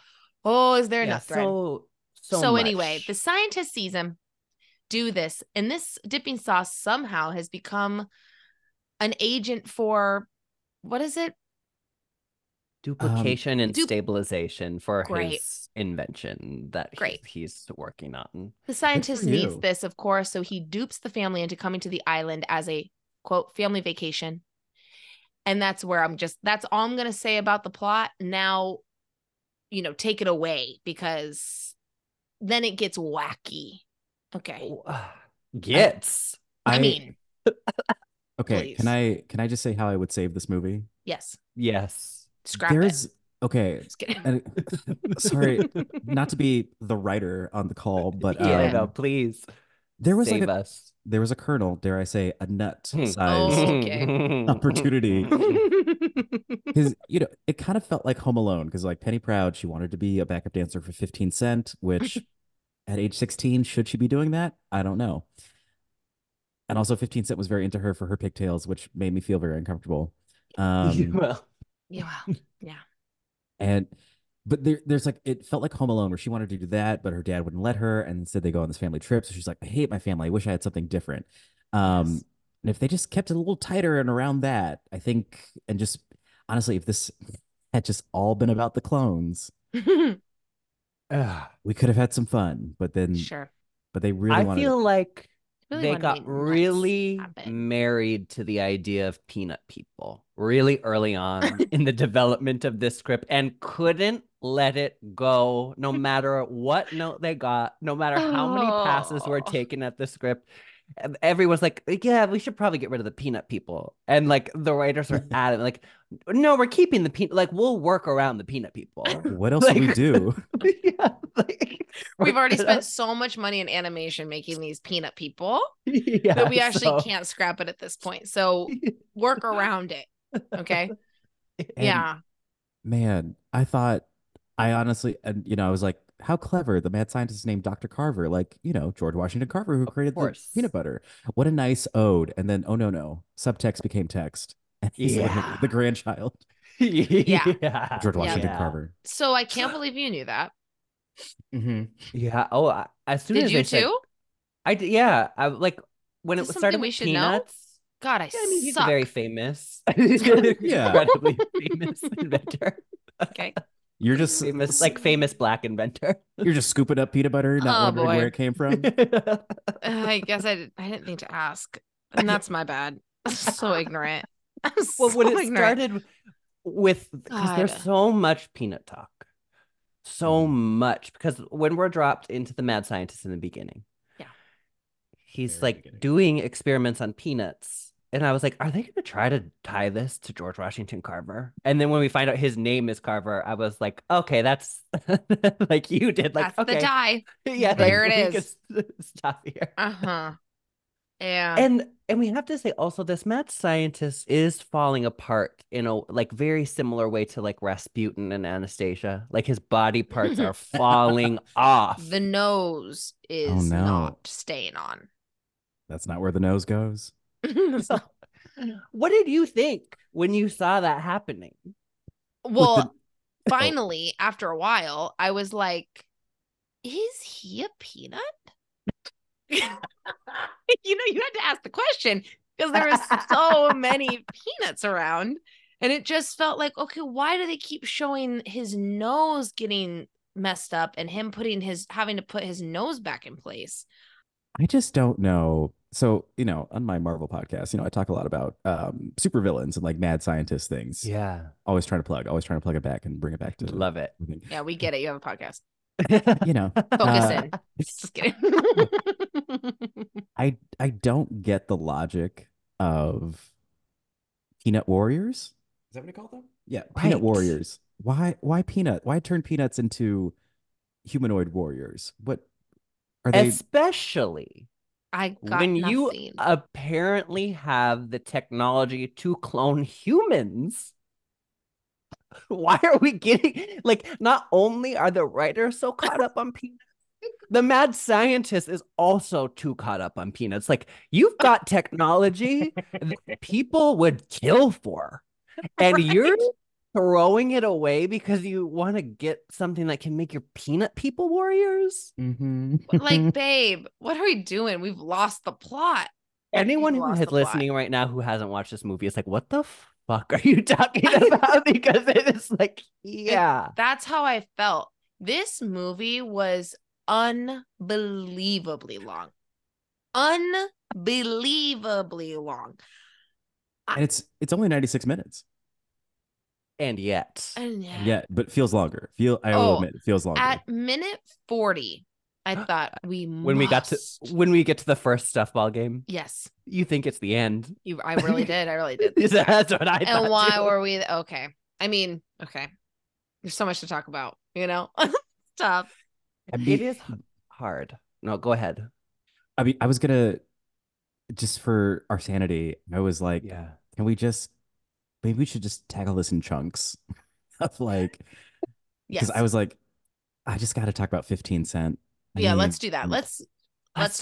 Speaker 1: Oh, is there
Speaker 2: Yeah,
Speaker 1: enough thread? So,
Speaker 2: So so,
Speaker 1: anyway,
Speaker 2: much.
Speaker 1: the scientist sees him do this, and this dipping sauce somehow has become an agent for what is it?
Speaker 2: duplication and
Speaker 1: Um, dup-
Speaker 2: stabilization for
Speaker 1: Great.
Speaker 2: his invention that he-
Speaker 1: Great.
Speaker 2: he's working on.
Speaker 1: The scientist
Speaker 4: for
Speaker 1: needs
Speaker 4: you.
Speaker 1: this, of course, so he dupes the family into coming to the island as a quote family vacation. And that's where I'm just that's all I'm gonna say about the plot. Now, you know, take it away because then it gets wacky. Okay.
Speaker 2: Oh, ah, Gets.
Speaker 1: I, mean,
Speaker 4: okay. Can
Speaker 1: please.
Speaker 4: I can I just say how I would save this movie?
Speaker 1: yes.
Speaker 2: Yes.
Speaker 1: Scrap it.
Speaker 4: there's okay.
Speaker 1: Just kidding.
Speaker 4: and- sorry, not to be the writer on the call, but um,
Speaker 2: yeah, no, please.
Speaker 4: there was
Speaker 2: save
Speaker 4: like a,
Speaker 2: us.
Speaker 4: there was a kernel, dare I say, a nut
Speaker 2: Hmm.
Speaker 1: Oh.
Speaker 4: size. opportunity. His, you know, it kind of felt like Home Alone because, like Penny Proud, she wanted to be a backup dancer for 15 Cent, which at age 16, should she be doing that? I don't know. And also, 15 Cent was very into her for her pigtails, which made me feel very uncomfortable. Um,
Speaker 2: well,
Speaker 1: yeah. wow.
Speaker 4: and but there, there's like it felt like Home Alone where she wanted to do that, but her dad wouldn't let her, and instead they go on this family trip. So she's like, I hate my family. I wish I had something different. Um,
Speaker 2: Yes.
Speaker 4: and if they just kept it a little tighter and around that, I think, and just honestly, if this had just all been about the clones,
Speaker 2: ugh,
Speaker 4: we could have had some fun. But then,
Speaker 1: sure.
Speaker 4: but they really
Speaker 2: I
Speaker 4: wanted.
Speaker 2: feel like
Speaker 1: Really
Speaker 2: they
Speaker 1: wanna be
Speaker 2: got
Speaker 1: nuts
Speaker 2: really
Speaker 1: happen.
Speaker 2: married to the idea of peanut people really early on in the development of this script and couldn't let it go no matter what note they got no matter how many passes were
Speaker 1: Oh.
Speaker 2: taken at the script and everyone's like yeah we should probably get rid of the peanut people and like the writers are adamant like no we're keeping the peanut like we'll work around the peanut people
Speaker 4: what else do we
Speaker 2: like-
Speaker 4: do?
Speaker 2: yeah, like,
Speaker 1: We've already
Speaker 2: we're-
Speaker 1: spent so much money in animation making these peanut people
Speaker 2: yeah,
Speaker 1: that we actually
Speaker 2: so-
Speaker 1: can't scrap it at this point. So work around it. Okay.
Speaker 4: And
Speaker 1: yeah.
Speaker 4: man, I thought I honestly, and you know, I was like, how clever the mad scientist named Dr. Carver, like you know, George Washington Carver, who created the
Speaker 2: course.
Speaker 4: peanut butter. What a nice ode! And then, oh no, no, subtext became text, and he's like
Speaker 2: Yeah.
Speaker 4: the grandchild,
Speaker 2: yeah.
Speaker 4: George Washington
Speaker 2: Yeah.
Speaker 4: Carver.
Speaker 1: So I can't believe you knew that.
Speaker 2: Yeah. Oh, I, as soon
Speaker 1: Did
Speaker 2: as
Speaker 1: you
Speaker 2: they said-
Speaker 1: too?
Speaker 2: I d- yeah. I like when
Speaker 1: Is
Speaker 2: it
Speaker 1: this
Speaker 2: was started
Speaker 1: something we
Speaker 2: with
Speaker 1: should know?
Speaker 2: peanuts.
Speaker 1: God, I,
Speaker 2: Yeah, I mean, he's a
Speaker 1: suck.
Speaker 2: very famous, incredibly famous inventor,
Speaker 1: okay.
Speaker 4: You're just
Speaker 2: famous like famous black inventor.
Speaker 4: you're just scooping up peanut butter, not
Speaker 1: Oh,
Speaker 4: wondering
Speaker 1: boy.
Speaker 4: where it came from.
Speaker 1: I guess I, did, I didn't think to ask. And that's my bad. I'm so ignorant. I'm
Speaker 2: well, when
Speaker 1: so
Speaker 2: it
Speaker 1: ignorant.
Speaker 2: started with because there's
Speaker 1: God.
Speaker 2: so much peanut talk, so much because when we're dropped into the mad scientist in the beginning,
Speaker 1: Yeah.
Speaker 2: he's
Speaker 4: Very
Speaker 2: like
Speaker 4: beginning.
Speaker 2: doing experiments on peanuts, and I was like, are they going to try to tie this to George Washington Carver? And then when we find out his name is Carver, I was like, okay, that's like you did, like
Speaker 1: that's the
Speaker 2: okay,
Speaker 1: die.
Speaker 2: yeah, like,
Speaker 1: There it
Speaker 2: we can
Speaker 1: is.
Speaker 2: s- Stop here.
Speaker 1: Uh huh. Yeah.
Speaker 2: and and we have to say also this mad scientist is falling apart in a like very similar way to like rasputin and anastasia like his body parts are falling off
Speaker 1: the nose
Speaker 2: Oh,
Speaker 1: is
Speaker 4: no.
Speaker 1: not staying on.
Speaker 4: That's not where the nose goes.
Speaker 2: So, what did you think when you saw that happening oh.
Speaker 1: well, finally, after a while, I was like, is he a peanut? you know, you had to ask the question. because there was so many peanuts around. And it just felt like, okay, why do they keep showing his nose getting messed up and him putting his having to put his nose back in place?
Speaker 4: I just don't know. So, you know, on my Marvel podcast, you know, I talk a lot about um supervillains and like mad scientist things.
Speaker 2: yeah.
Speaker 4: Always trying to plug, always trying to plug it back and bring it back to
Speaker 2: Love it.
Speaker 1: Yeah, we get it. You have a podcast.
Speaker 4: You know,
Speaker 1: Focus
Speaker 4: Uh,
Speaker 1: in. Just kidding.
Speaker 4: I I don't get the logic of peanut warriors. Is that what you call them? Yeah,
Speaker 2: Right.
Speaker 4: peanut warriors. Why why peanut? Why turn peanuts into humanoid warriors? What are they?
Speaker 2: Especially
Speaker 1: I got
Speaker 2: when
Speaker 1: nothing.
Speaker 2: you apparently have the technology to clone humans. Why are we getting like not only are the writers so caught up on peanuts, the mad scientist is also too caught up on peanuts. Like you've got technology that people would kill for, and you're throwing it away because you want to get something that can make your peanut people warriors.
Speaker 4: Mm-hmm.
Speaker 1: like, babe, what are we doing? We've lost the plot.
Speaker 2: Anyone
Speaker 1: You've
Speaker 2: who
Speaker 1: lost
Speaker 2: is
Speaker 1: the plot.
Speaker 2: listening right now who hasn't watched this movie is like, what the fuck are you talking about? because it is like, yeah.
Speaker 1: That's how I felt. This movie was unbelievably long. Unbelievably long.
Speaker 4: And it's it's only 96 minutes.
Speaker 2: And yet.
Speaker 1: And yeah,
Speaker 4: Yeah, but feels longer. Feel I
Speaker 1: Oh,
Speaker 4: will admit, it feels longer.
Speaker 1: at minute 40, I thought we
Speaker 2: When we got to
Speaker 1: must-
Speaker 2: when we get to the first stuffball game,
Speaker 1: Yes.
Speaker 2: you think it's the end.
Speaker 1: You I really did. I really did.
Speaker 2: That's what I thought.
Speaker 1: and why
Speaker 2: too.
Speaker 1: were we okay? I mean, okay. There's so much to talk about, you know? Stop.
Speaker 4: I mean,
Speaker 2: it is h- hard. No, go ahead.
Speaker 4: I mean, I was gonna just for our sanity, I was like,
Speaker 2: Yeah.
Speaker 4: can we just maybe we should just tackle this in chunks of like
Speaker 1: Yes.
Speaker 4: because I was like, I just gotta talk about 15 cent. I
Speaker 1: yeah,
Speaker 4: mean,
Speaker 1: let's do that. Let's Let's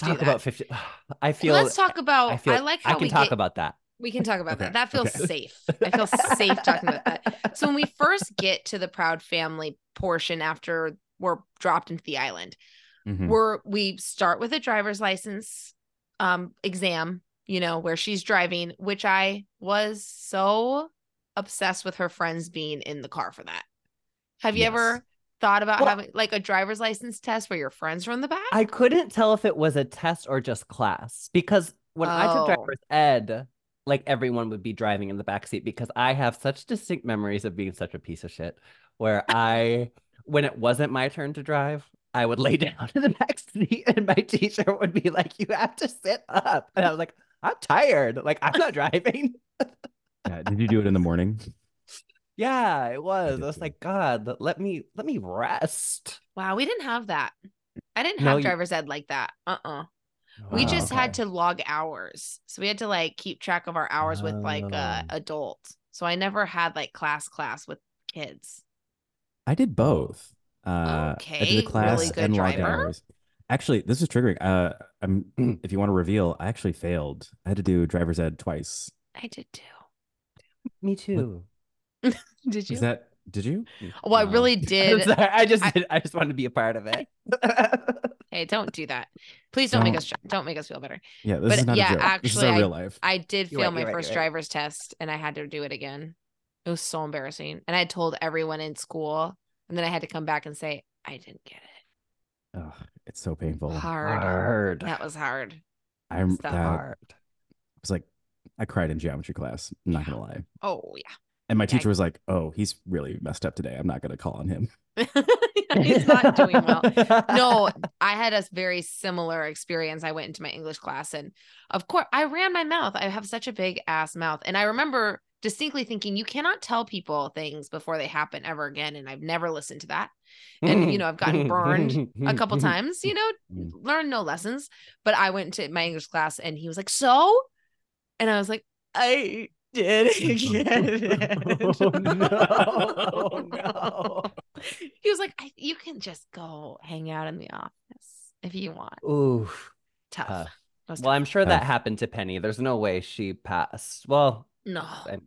Speaker 2: Let's,
Speaker 1: do
Speaker 2: talk
Speaker 1: that.
Speaker 2: about 50. I feel
Speaker 1: let's talk about
Speaker 2: I
Speaker 1: I,
Speaker 2: feel
Speaker 1: like
Speaker 2: I
Speaker 1: how
Speaker 2: can
Speaker 1: we
Speaker 2: talk
Speaker 1: get,
Speaker 2: about that.
Speaker 1: We can talk about
Speaker 4: Okay,
Speaker 1: that. That feels
Speaker 4: okay.
Speaker 1: safe. I feel safe talking about that. So when we first get to the proud family portion after we're dropped into the island,
Speaker 2: Hmm.
Speaker 4: Mhm.
Speaker 1: we're we start with a driver's license um exam, you know, where she's driving, which I was so obsessed with her friends being in the car for that. Have you
Speaker 4: Yes.
Speaker 1: ever thought about
Speaker 2: Well-
Speaker 1: having like a driver's license test where your friends are in the back?
Speaker 2: I couldn't tell if it was a test or just class because when I
Speaker 1: Oh.
Speaker 2: took driver's ed, like everyone would be driving in the backseat because I have such distinct memories of being such a piece of shit where I, when it wasn't my turn to drive, I would lay down in the backseat and my teacher would be like, You have to sit up. And I was like, I'm tired. Like, I'm not driving.
Speaker 4: Yeah, did you do it in the morning?
Speaker 2: Yeah, it was.
Speaker 4: did
Speaker 2: I was
Speaker 4: too.
Speaker 2: like, God, let me let me rest.
Speaker 1: Wow, we didn't have that. I didn't
Speaker 2: No,
Speaker 1: have
Speaker 2: you-
Speaker 1: driver's ed like that. Uh-uh. We
Speaker 4: Wow,
Speaker 1: just had
Speaker 2: Oh, okay.
Speaker 1: to log hours. So we had to like keep track of our hours with like uh
Speaker 2: Oh.
Speaker 1: adult. So I never had like class class with kids.
Speaker 4: I did both. Uh, I
Speaker 1: Okay,
Speaker 4: did
Speaker 1: really
Speaker 4: the class
Speaker 1: good
Speaker 4: and log
Speaker 1: driver.
Speaker 4: hours. Actually, this is triggering. Uh, I'm if you want to reveal, I actually failed. I had to do driver's ed twice.
Speaker 1: I did too.
Speaker 2: Me too.
Speaker 1: Did you?
Speaker 4: Is that did you?
Speaker 1: well, I
Speaker 4: No.
Speaker 1: really
Speaker 2: I'm
Speaker 1: did.
Speaker 2: sorry. I just
Speaker 1: I-
Speaker 2: did- I just wanted to be a part of it.
Speaker 1: hey, don't do that. Please don't, make
Speaker 4: Don't.
Speaker 1: us don't make us feel better.
Speaker 4: Yeah, this
Speaker 1: But
Speaker 4: is not
Speaker 1: yeah,
Speaker 4: a joke. this is
Speaker 1: actually,
Speaker 4: our
Speaker 1: I-
Speaker 4: real life.
Speaker 1: I did
Speaker 2: You're
Speaker 1: fail
Speaker 2: right,
Speaker 1: my
Speaker 2: you're right,
Speaker 1: first
Speaker 2: you're right.
Speaker 1: driver's test and I had to do it again. It was so embarrassing. And I told everyone in school and then I had to come back and say I didn't get it.
Speaker 4: Ugh, it's so painful.
Speaker 1: Hard.
Speaker 2: Oh, Hard.
Speaker 1: That was hard.
Speaker 4: I'm
Speaker 1: stuff.
Speaker 4: that I
Speaker 2: Hard.
Speaker 4: was like, I cried in geometry class. I'm not gonna lie.
Speaker 1: Oh yeah.
Speaker 4: And my
Speaker 1: Yeah, I-
Speaker 4: teacher was like, "Oh, he's really messed up today. I'm not gonna call on him."
Speaker 1: He's not doing well. No, I had a very similar experience. I went into my English class and of course I ran my mouth. I have such a big ass mouth. And I remember distinctly thinking you cannot tell people things before they happen ever again. And I've never listened to that. and, you know, I've gotten burned a couple
Speaker 2: Mm-hmm.
Speaker 1: times, you know,
Speaker 4: Mm.
Speaker 1: learn no lessons. But I went to my English class and he was like, So? And I was like, I did it.
Speaker 2: Oh, no. Oh, no.
Speaker 1: He was like, I, You can just go hang out in the office if you want.
Speaker 2: Oof.
Speaker 1: Tough.
Speaker 2: Tough.
Speaker 1: That was
Speaker 2: Well, I'm sure that
Speaker 4: Tough.
Speaker 2: happened to Penny. There's no way she passed. Well,
Speaker 1: No.
Speaker 2: I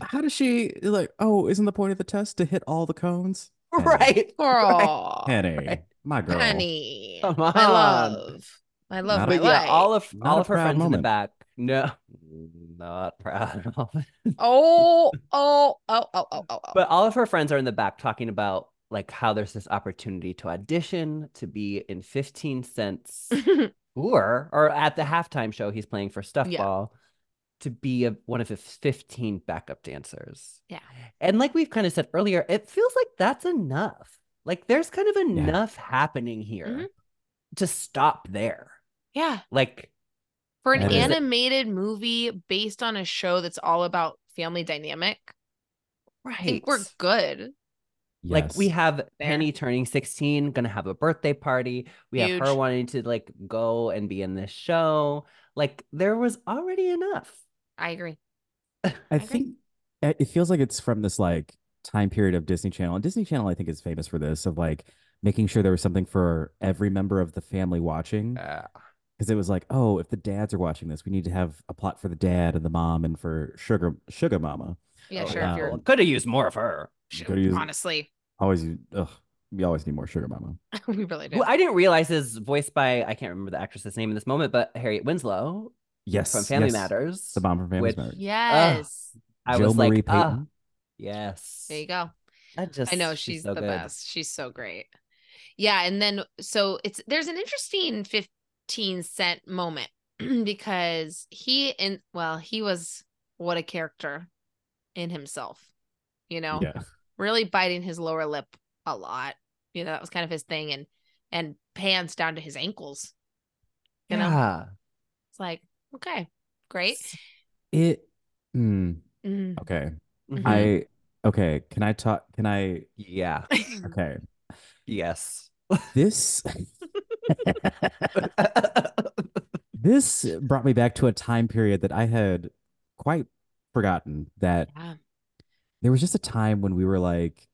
Speaker 4: How does she like? Oh, isn't the point of the test to hit all the cones? Penny.
Speaker 2: right.
Speaker 1: Girl.
Speaker 4: Penny,
Speaker 2: Oh, right.
Speaker 4: my girl.
Speaker 1: Penny.
Speaker 2: Come
Speaker 1: My
Speaker 2: on.
Speaker 1: love. My love.
Speaker 4: Not
Speaker 1: my
Speaker 4: a-
Speaker 2: But yeah,
Speaker 1: life.
Speaker 2: all of
Speaker 4: Not
Speaker 2: all
Speaker 4: a
Speaker 2: of her
Speaker 4: proud
Speaker 2: friends in the
Speaker 4: moment.
Speaker 2: back. No, not proud of it.
Speaker 1: Oh, oh, oh, oh, oh, oh, oh.
Speaker 2: But all of her friends are in the back talking about like how there's this opportunity to audition to be in 15 cents tour or at the halftime show he's playing for Stuffball
Speaker 1: Yeah.
Speaker 2: to be a, one of his 15 backup dancers.
Speaker 1: Yeah.
Speaker 2: And like we've kind of said earlier, it feels like that's enough. Like there's kind of enough happening here
Speaker 1: Mhm.
Speaker 2: to stop there.
Speaker 1: yeah.
Speaker 2: Like
Speaker 1: For an
Speaker 4: That is-
Speaker 1: animated movie based on a show that's all about family dynamic,
Speaker 2: right.
Speaker 1: I think we're good.
Speaker 2: Like we
Speaker 4: Yes.
Speaker 2: have
Speaker 1: Fair.
Speaker 2: Penny turning 16, gonna have a birthday party. We have her
Speaker 1: Huge.
Speaker 2: wanting to like go and be in this show. Like there was already enough.
Speaker 1: I agree.
Speaker 4: I
Speaker 1: agree.
Speaker 4: think it it feels like it's from this like time period of Disney Channel. And Disney Channel, I think, is famous for this of like making sure there was something for every member of the family watching. Because it was like, oh, if the dads are watching this, we need to have a plot for the dad and the mom and for sugar sugar mama.
Speaker 1: Yeah,
Speaker 2: Oh,
Speaker 1: sure.
Speaker 4: yeah.
Speaker 1: If you're
Speaker 2: Could have used more of her.
Speaker 1: sure,
Speaker 4: Gotta use-
Speaker 1: honestly,
Speaker 4: Always, ugh, we always need more sugar mama.
Speaker 1: we really do.
Speaker 2: Who I didn't realize is voiced by I can't remember the actress's name in this moment, but Harriet Winslow
Speaker 4: Yes,
Speaker 2: from Family
Speaker 4: yes,
Speaker 2: Matters.
Speaker 4: The mom from Family
Speaker 2: Which-
Speaker 4: Matters.
Speaker 1: yes.
Speaker 2: I
Speaker 4: Jo
Speaker 2: was
Speaker 4: Marie
Speaker 2: like, ah,
Speaker 4: Payton.
Speaker 2: yes.
Speaker 1: there you go.
Speaker 2: I just
Speaker 1: I know she's,
Speaker 2: so
Speaker 1: the
Speaker 2: good.
Speaker 1: best. She's so great. Yeah, and then so it's there's an interesting 15 cent moment because he and well, he was what a character in himself. You know,
Speaker 4: Yeah.
Speaker 1: really biting his lower lip a lot. You know, that was kind of his thing and and pants down to his ankles. You know,
Speaker 2: Yeah.
Speaker 1: it's like, okay, great.
Speaker 4: It. mm,
Speaker 1: Mhm.
Speaker 4: okay.
Speaker 2: Mhm.
Speaker 4: I. Okay. Can I talk? Can I?
Speaker 2: yeah.
Speaker 4: Okay.
Speaker 2: Yes.
Speaker 4: This. this brought me back to a time period that I had quite forgotten that
Speaker 1: Yeah.
Speaker 4: there was just a time when we were like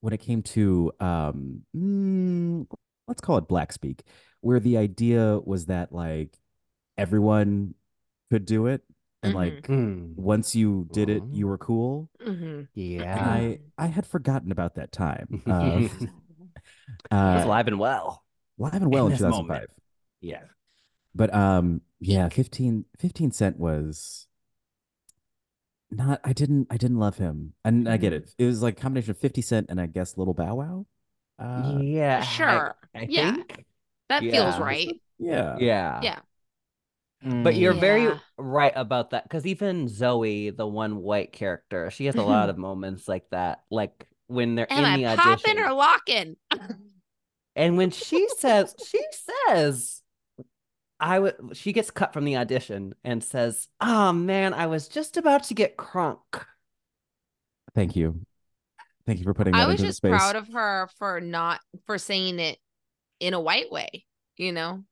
Speaker 4: when it came to um mm, let's call it black speak where the idea was that like everyone could do it and
Speaker 1: Mhm.
Speaker 4: like
Speaker 2: Mm.
Speaker 4: once you did it
Speaker 2: Mhm.
Speaker 4: you were cool
Speaker 1: Mhm.
Speaker 4: and
Speaker 2: Yeah.
Speaker 4: I I had forgotten about that time of
Speaker 2: I was
Speaker 4: uh
Speaker 2: alive and well.
Speaker 4: live and well
Speaker 2: in
Speaker 4: in
Speaker 2: this moment.
Speaker 4: 2005
Speaker 2: Yeah.
Speaker 4: But um yeah, 15 15 cent was not I didn't I didn't love him. And I get
Speaker 2: Mm-hmm.
Speaker 4: it. It was like a combination of 50 cent and I guess Little Bow Wow. Uh
Speaker 2: yeah. I-
Speaker 1: sure.
Speaker 2: I
Speaker 1: Yeah.
Speaker 2: think.
Speaker 1: That feels
Speaker 2: yeah.
Speaker 1: right.
Speaker 4: yeah.
Speaker 2: Yeah.
Speaker 1: Yeah.
Speaker 2: But you're very
Speaker 1: Yeah.
Speaker 2: right about that because even Zoe, the one white character, she has a lot of moments like that, like when they're
Speaker 1: Mm-hmm. Am
Speaker 2: in the
Speaker 1: I popping
Speaker 2: audition,
Speaker 1: or locking?
Speaker 2: and when she says, she says, "I would." She gets cut from the audition and says, "Oh man, I was just about to get crunk."
Speaker 4: Thank you. Thank you for putting that
Speaker 1: I was
Speaker 4: into the
Speaker 1: just
Speaker 4: space.
Speaker 1: proud of her for not for saying it in a white way, you know?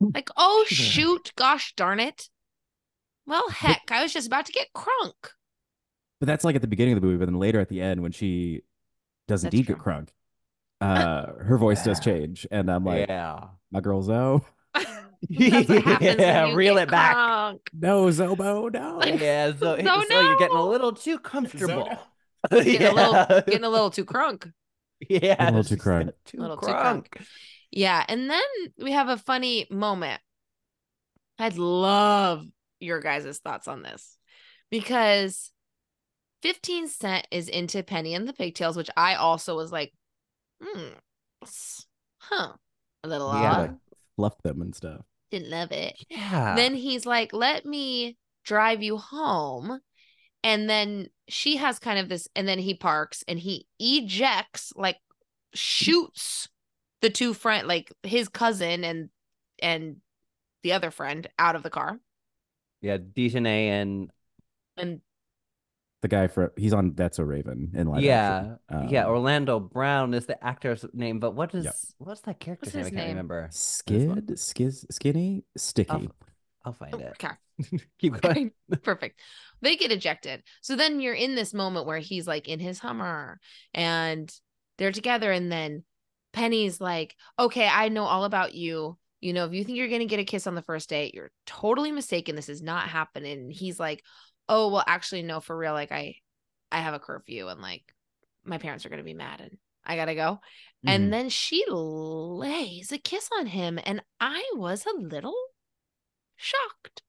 Speaker 1: Like, oh
Speaker 2: Yeah.
Speaker 1: shoot, gosh darn it. Well, heck, I was just about to get crunk.
Speaker 4: But that's like at the beginning of the movie, but then later at the end when she does
Speaker 1: That's
Speaker 4: indeed get crunk, uh her voice does
Speaker 2: Yeah.
Speaker 4: change. And I'm like,
Speaker 2: yeah,
Speaker 4: my girl Zoe.
Speaker 1: That's what happens.
Speaker 2: yeah,
Speaker 1: when you
Speaker 2: reel
Speaker 1: get
Speaker 2: it back.
Speaker 1: Crunk.
Speaker 4: No, Zobo, no.
Speaker 1: Like-
Speaker 2: Yeah, so,
Speaker 1: So
Speaker 2: so you're getting a
Speaker 1: no.
Speaker 2: little too comfortable.
Speaker 1: Getting a little- Getting a little too crunk.
Speaker 2: yeah,
Speaker 4: a little too
Speaker 2: she's got
Speaker 4: crunk.
Speaker 2: Too
Speaker 1: Little too
Speaker 2: crunk.
Speaker 1: crunk. Yeah. And then we have a funny moment. I'd love your guys' thoughts on this because 15 Cent is into Penny and the Pigtails, which I also was like, hmm, s- huh, a little
Speaker 2: Yeah.
Speaker 1: odd.
Speaker 4: Like, fluff them and stuff.
Speaker 1: Didn't love it.
Speaker 2: Yeah.
Speaker 1: Then he's like, let me drive you home. And then she has kind of this, and then he parks and he ejects, like shoots the two friend, like his cousin and and the other friend out of the car.
Speaker 2: yeah, Dejanay and
Speaker 1: And
Speaker 4: The guy for he's on That's a Raven in live
Speaker 2: yeah,
Speaker 4: action. Um,
Speaker 2: yeah, Orlando Brown is the actor's name, but what is
Speaker 4: Yep.
Speaker 2: what's that character's
Speaker 1: What's
Speaker 2: name?
Speaker 1: his
Speaker 2: I can't
Speaker 1: name?
Speaker 2: remember.
Speaker 4: Skid, skiz, skinny, sticky.
Speaker 2: I'll find it.
Speaker 1: okay.
Speaker 2: Keep going.
Speaker 1: Okay, Perfect. They get ejected. So then you're in this moment where he's like in his Hummer and they're together. And then Penny's like, okay, I know all about you. You know, if you think you're going to get a kiss on the first date, you're totally mistaken. This is not happening. And he's like, oh, well, actually, no, for real. Like, I, I have a curfew and like my parents are going to be mad and I got to go.
Speaker 4: Mm.
Speaker 2: Mm-hmm.
Speaker 1: And then she lays a kiss on him. And I was a little shocked.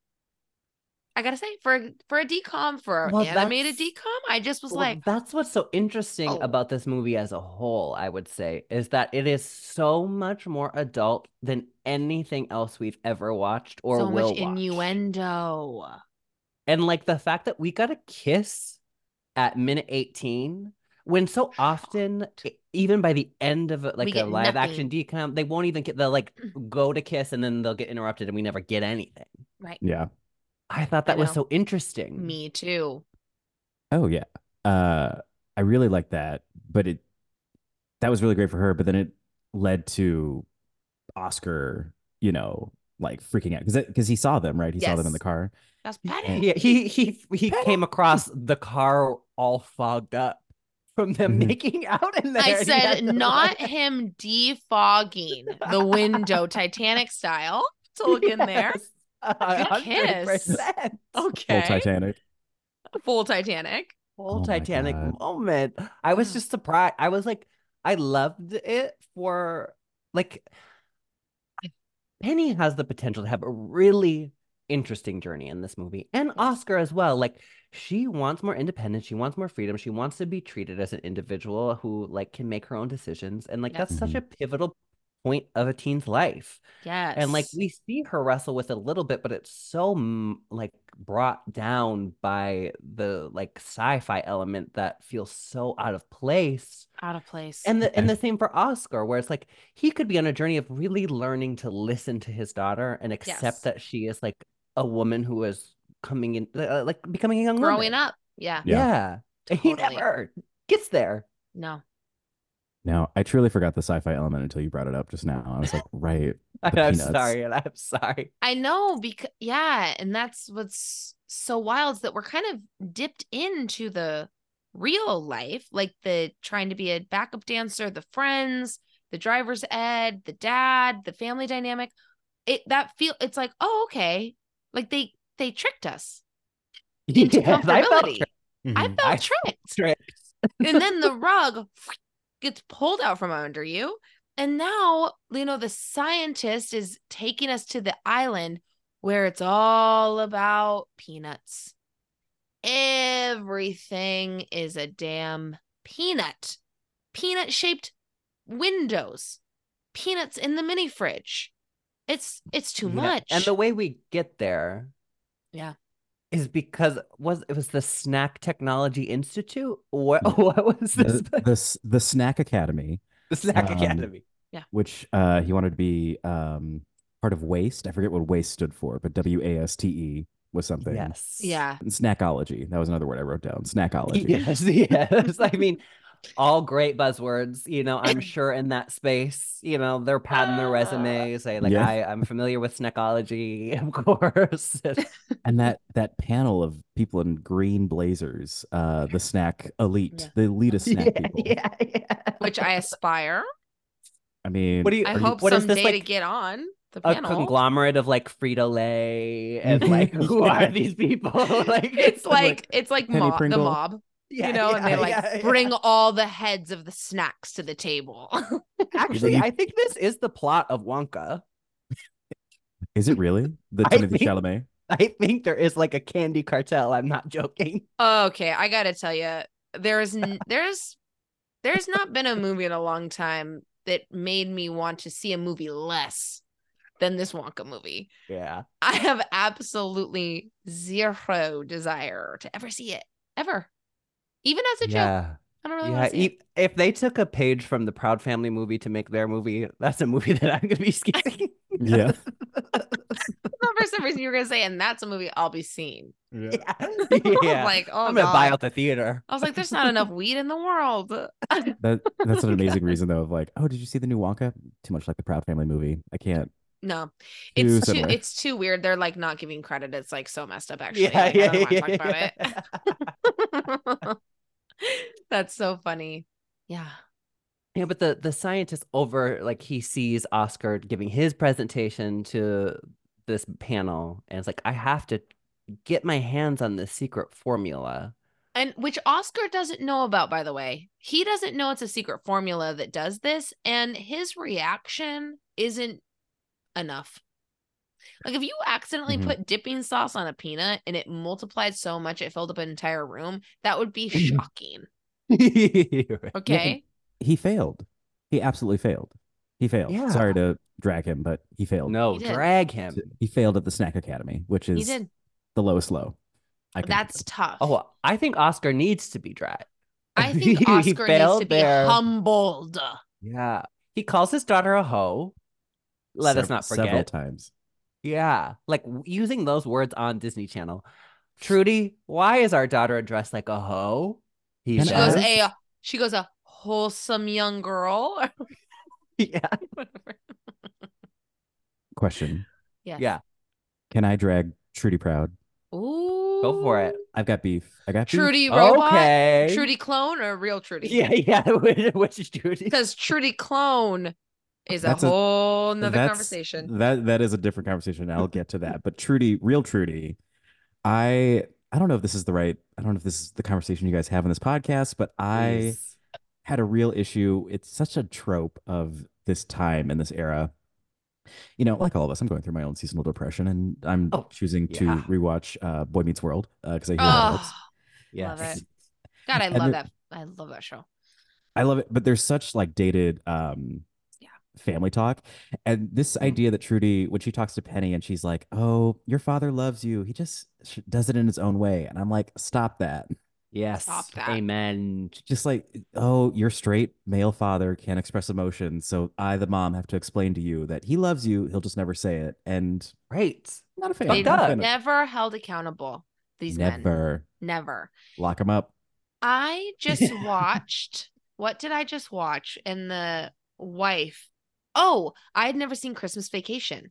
Speaker 1: I gotta say, for a- for a decom for
Speaker 2: Well,
Speaker 1: animated
Speaker 2: that's-
Speaker 1: decom, I just was
Speaker 2: Well,
Speaker 1: like,
Speaker 2: that's what's so interesting
Speaker 1: Oh.
Speaker 2: about this movie as a whole, I would say, is that it is so much more adult than anything else we've ever watched or
Speaker 1: so
Speaker 2: will
Speaker 1: much
Speaker 2: watch.
Speaker 1: innuendo.
Speaker 2: And like the fact that we got a kiss at minute 18, when so often, e- even by the end of a- like a
Speaker 1: get Mm.
Speaker 2: live action decom, they won't even get, they'll like go to kiss and then they'll get interrupted and we never get anything.
Speaker 1: Right.
Speaker 4: Yeah.
Speaker 2: I thought
Speaker 1: I
Speaker 2: that was
Speaker 1: know.
Speaker 2: so interesting.
Speaker 1: Me too.
Speaker 4: Oh yeah. Uh I really like that, but it that was really great for her, but then it led to Oscar, you know, like freaking out cuz cuz he saw them, right? He saw them in the
Speaker 1: Yes.
Speaker 4: car.
Speaker 1: That's petty.
Speaker 2: Yeah, he he he came across the car all fogged up from them
Speaker 4: Mhm.
Speaker 2: making out in there. and
Speaker 1: I
Speaker 2: he
Speaker 1: said
Speaker 2: had to,
Speaker 1: not
Speaker 2: like-
Speaker 1: him defogging the window Titanic style to look in there.
Speaker 2: Yes, a
Speaker 1: Good
Speaker 2: hundred
Speaker 1: kiss.
Speaker 2: percent.
Speaker 4: Full
Speaker 1: Okay.
Speaker 4: Titanic.
Speaker 1: Full Titanic.
Speaker 4: Oh
Speaker 2: Whole
Speaker 4: my
Speaker 2: Titanic
Speaker 4: God.
Speaker 2: moment. I was
Speaker 1: Yeah.
Speaker 2: just surprised. I was like, I loved it for like Penny has the potential to have a really interesting journey in this movie and Oscar as well. Like she wants more independence, she wants more freedom, she wants to be treated as an individual who like can make her own decisions and like
Speaker 1: Yep.
Speaker 2: that's
Speaker 4: Mm-hmm.
Speaker 2: such a pivotal point of a teen's life.
Speaker 1: Yes.
Speaker 2: And like we see her wrestle with it a little bit, but it's so mm, like brought down by the like sci-fi element that feels so out of place.
Speaker 1: out of place.
Speaker 2: And the and
Speaker 4: Yeah.
Speaker 2: the same for Oscar, where it's like he could be on a journey of really learning to listen to his daughter and accept
Speaker 1: Yes.
Speaker 2: that she is like a woman who is coming in, uh, like becoming a young
Speaker 1: growing
Speaker 2: woman.
Speaker 1: up. Yeah.
Speaker 4: Yeah.
Speaker 2: Yeah, and he
Speaker 1: Totally.
Speaker 2: never gets there.
Speaker 1: No.
Speaker 4: Now, I truly forgot the sci-fi element until you brought it up just now. I was like, right. The
Speaker 2: I'm
Speaker 4: peanuts.
Speaker 2: sorry, and I'm sorry.
Speaker 1: I know because yeah, and that's what's so wild is that we're kind of dipped into the real life, like the trying to be a backup dancer, the friends, the driver's ed, the dad, the family dynamic. It that feel it's like, oh, okay. Like they they tricked us into
Speaker 2: Yes, I felt
Speaker 1: comfortability. I
Speaker 4: Mm-hmm.
Speaker 1: felt,
Speaker 2: I-
Speaker 1: tricked.
Speaker 2: tricked.
Speaker 1: and then the rug gets pulled out from under you. And now, you know, the scientist is taking us to the island where it's all about peanuts. Everything is a damn peanut. Peanut shaped windows. Peanuts in the mini fridge. It's it's too
Speaker 2: Yeah,
Speaker 1: much.
Speaker 2: And the way we get there,
Speaker 1: Yeah.
Speaker 2: is because was it was the Snack Technology Institute? What what was this?
Speaker 4: The, the, s- the Snack Academy,
Speaker 2: the Snack
Speaker 4: um,
Speaker 2: Academy.
Speaker 4: which uh, he wanted to be um, part of WASTE. I forget what WASTE stood for, but W A S T E was something.
Speaker 2: Yes.
Speaker 1: yeah.
Speaker 4: And Snackology. That was another word I wrote down. Snackology.
Speaker 2: Yes. Yes. I mean, all great buzzwords. You know, I'm sure in that space, you know, they're padding their
Speaker 1: Ah.
Speaker 2: resumes. Say like,
Speaker 4: Yeah.
Speaker 2: I I'm familiar with Snackology, of course.
Speaker 4: And that that panel of people in green blazers, uh, the snack elite,
Speaker 1: Yeah.
Speaker 4: the elitist snack
Speaker 2: yeah,
Speaker 4: people.
Speaker 2: yeah. Yeah.
Speaker 1: Which I aspire.
Speaker 4: I mean,
Speaker 2: What do you? are
Speaker 1: I
Speaker 2: you-
Speaker 1: hope
Speaker 2: what is
Speaker 1: someday
Speaker 2: this
Speaker 1: to
Speaker 2: like?
Speaker 1: get on the
Speaker 2: a
Speaker 1: panel.
Speaker 2: conglomerate of like Frito Lay and
Speaker 4: Mhm.
Speaker 2: like who are
Speaker 4: Yeah.
Speaker 2: these people? like
Speaker 1: it's like it's like
Speaker 4: Penny
Speaker 1: mob, the
Speaker 4: Pringle.
Speaker 1: mob,
Speaker 2: yeah,
Speaker 1: you know, and they
Speaker 2: yeah,
Speaker 1: like
Speaker 2: yeah, yeah.
Speaker 1: bring all the heads of the snacks to the table.
Speaker 2: Actually,
Speaker 4: You-
Speaker 2: I think this is the plot of Wonka.
Speaker 4: is it really the
Speaker 2: I
Speaker 4: Timothy
Speaker 2: think-
Speaker 4: Chalamet?
Speaker 2: I think there is like a candy cartel. I'm not joking.
Speaker 1: okay, I gotta tell you, there's n- there's there's not been a movie in a long time that made me want to see a movie less than this Wonka movie.
Speaker 2: Yeah.
Speaker 1: I have absolutely zero desire to ever see it ever, even as a joke.
Speaker 2: Yeah.
Speaker 1: I don't really
Speaker 2: Yeah.
Speaker 1: want to see it.
Speaker 2: e- If they took a page from the Proud Family movie to make their movie, that's a movie that I'm going to be skipping.
Speaker 4: Yeah.
Speaker 1: Well, for some reason, you were gonna say, and that's a movie I'll be seeing.
Speaker 4: Yeah.
Speaker 2: yeah.
Speaker 1: I'm like, oh,
Speaker 2: I'm going to buy
Speaker 1: God.
Speaker 2: out the theater.
Speaker 1: I was like, there's not enough weed in the world.
Speaker 4: That that's an amazing reason though of like, oh, did you see the new Wonka? Too much like the Proud Family movie. I can't.
Speaker 1: No,
Speaker 4: Too
Speaker 1: it's too,
Speaker 4: similar.
Speaker 1: it's too weird. They're like not giving credit. It's like so messed up. Actually,
Speaker 2: Yeah.
Speaker 1: Like,
Speaker 2: Yeah.
Speaker 1: I don't
Speaker 2: yeah,
Speaker 1: want to
Speaker 2: yeah,
Speaker 1: talk about it. That's so funny. Yeah,
Speaker 2: Yeah, but the the scientist over like he sees Oscar giving his presentation to this panel and it's like I have to get my hands on this secret formula.
Speaker 1: and which Oscar doesn't know about, by the way. He doesn't know it's a secret formula that does this, and his reaction isn't enough. Like if you accidentally
Speaker 2: Mm-hmm.
Speaker 4: Mhm.
Speaker 1: put dipping sauce on a peanut and it multiplied so much it filled up an entire room, that would be
Speaker 2: Mhm.
Speaker 1: shocking.
Speaker 2: You're right.
Speaker 1: Okay.
Speaker 4: He failed. He absolutely failed. He failed.
Speaker 2: Yeah.
Speaker 4: Sorry to drag him, but Oh, he failed.
Speaker 2: No,
Speaker 1: He did.
Speaker 2: drag him.
Speaker 4: He failed at the Snack Academy, which
Speaker 1: he
Speaker 4: is
Speaker 1: did.
Speaker 4: the lowest low. I can think
Speaker 1: That's
Speaker 4: of.
Speaker 1: tough.
Speaker 2: Oh, I think Oscar needs to be dragged.
Speaker 1: I
Speaker 2: he
Speaker 1: think Oscar needs to
Speaker 2: failed
Speaker 1: be
Speaker 2: there.
Speaker 1: humbled.
Speaker 2: Yeah. He calls his daughter a hoe. Let us
Speaker 4: Sev-
Speaker 2: not
Speaker 4: Several
Speaker 2: forget.
Speaker 4: times.
Speaker 2: Yeah. Like w- using those words on Disney Channel. Trudy, why is our daughter addressed like a hoe? He
Speaker 4: And
Speaker 1: She
Speaker 4: I-
Speaker 1: goes
Speaker 2: says.
Speaker 1: a she goes a wholesome young girl. or
Speaker 2: yeah.
Speaker 1: whatever.
Speaker 4: Question.
Speaker 1: Yes.
Speaker 2: Yeah.
Speaker 4: Can I drag Trudy Proud?
Speaker 1: Ooh.
Speaker 2: Go for it.
Speaker 4: I've got beef. I got beef.
Speaker 1: Trudy robot.
Speaker 2: Okay.
Speaker 1: Trudy clone or real Trudy?
Speaker 2: Yeah, yeah. Which which is Trudy?
Speaker 1: Because Trudy clone is
Speaker 4: That's
Speaker 1: a
Speaker 4: a-
Speaker 1: whole nother
Speaker 4: That's-
Speaker 1: conversation.
Speaker 4: That that is a different conversation. and I'll get to that. But Trudy, real Trudy, I I don't know if this is the right. I don't know if this is the conversation you guys have on this podcast, but I
Speaker 2: Please.
Speaker 4: had a real issue. It's such a trope of this time and this era. You know, like all of us, I'm going through my own seasonal depression, and I'm
Speaker 2: Oh,
Speaker 4: choosing to
Speaker 2: yeah.
Speaker 4: rewatch uh, Boy Meets World because I hear that
Speaker 1: Oh,
Speaker 4: helps.
Speaker 2: Yes.
Speaker 1: love it. God, I
Speaker 4: And
Speaker 1: love
Speaker 4: there-
Speaker 1: that. I love that show.
Speaker 4: I love it, but there's such like dated um
Speaker 1: Yeah. Mm-hmm.
Speaker 4: family talk. And this idea that Trudy, when she talks to Penny and she's like, Oh, your father loves you. He just sh- does it in his own way. And I'm like, Stop that.
Speaker 2: Yes.
Speaker 1: Stop that.
Speaker 2: Amen.
Speaker 4: Just like, Oh, your straight male father can't express emotion. So I, the mom, have to explain to you that he loves you. He'll just never say it. And
Speaker 2: Right.
Speaker 4: I'm not a fan.
Speaker 1: They
Speaker 2: Fucked up.
Speaker 4: Not a fan of-
Speaker 1: never held accountable. These men
Speaker 4: Never
Speaker 1: never.
Speaker 4: lock him up.
Speaker 1: I just watched. What did I just watch? And the wife. Oh, I had never seen Christmas Vacation.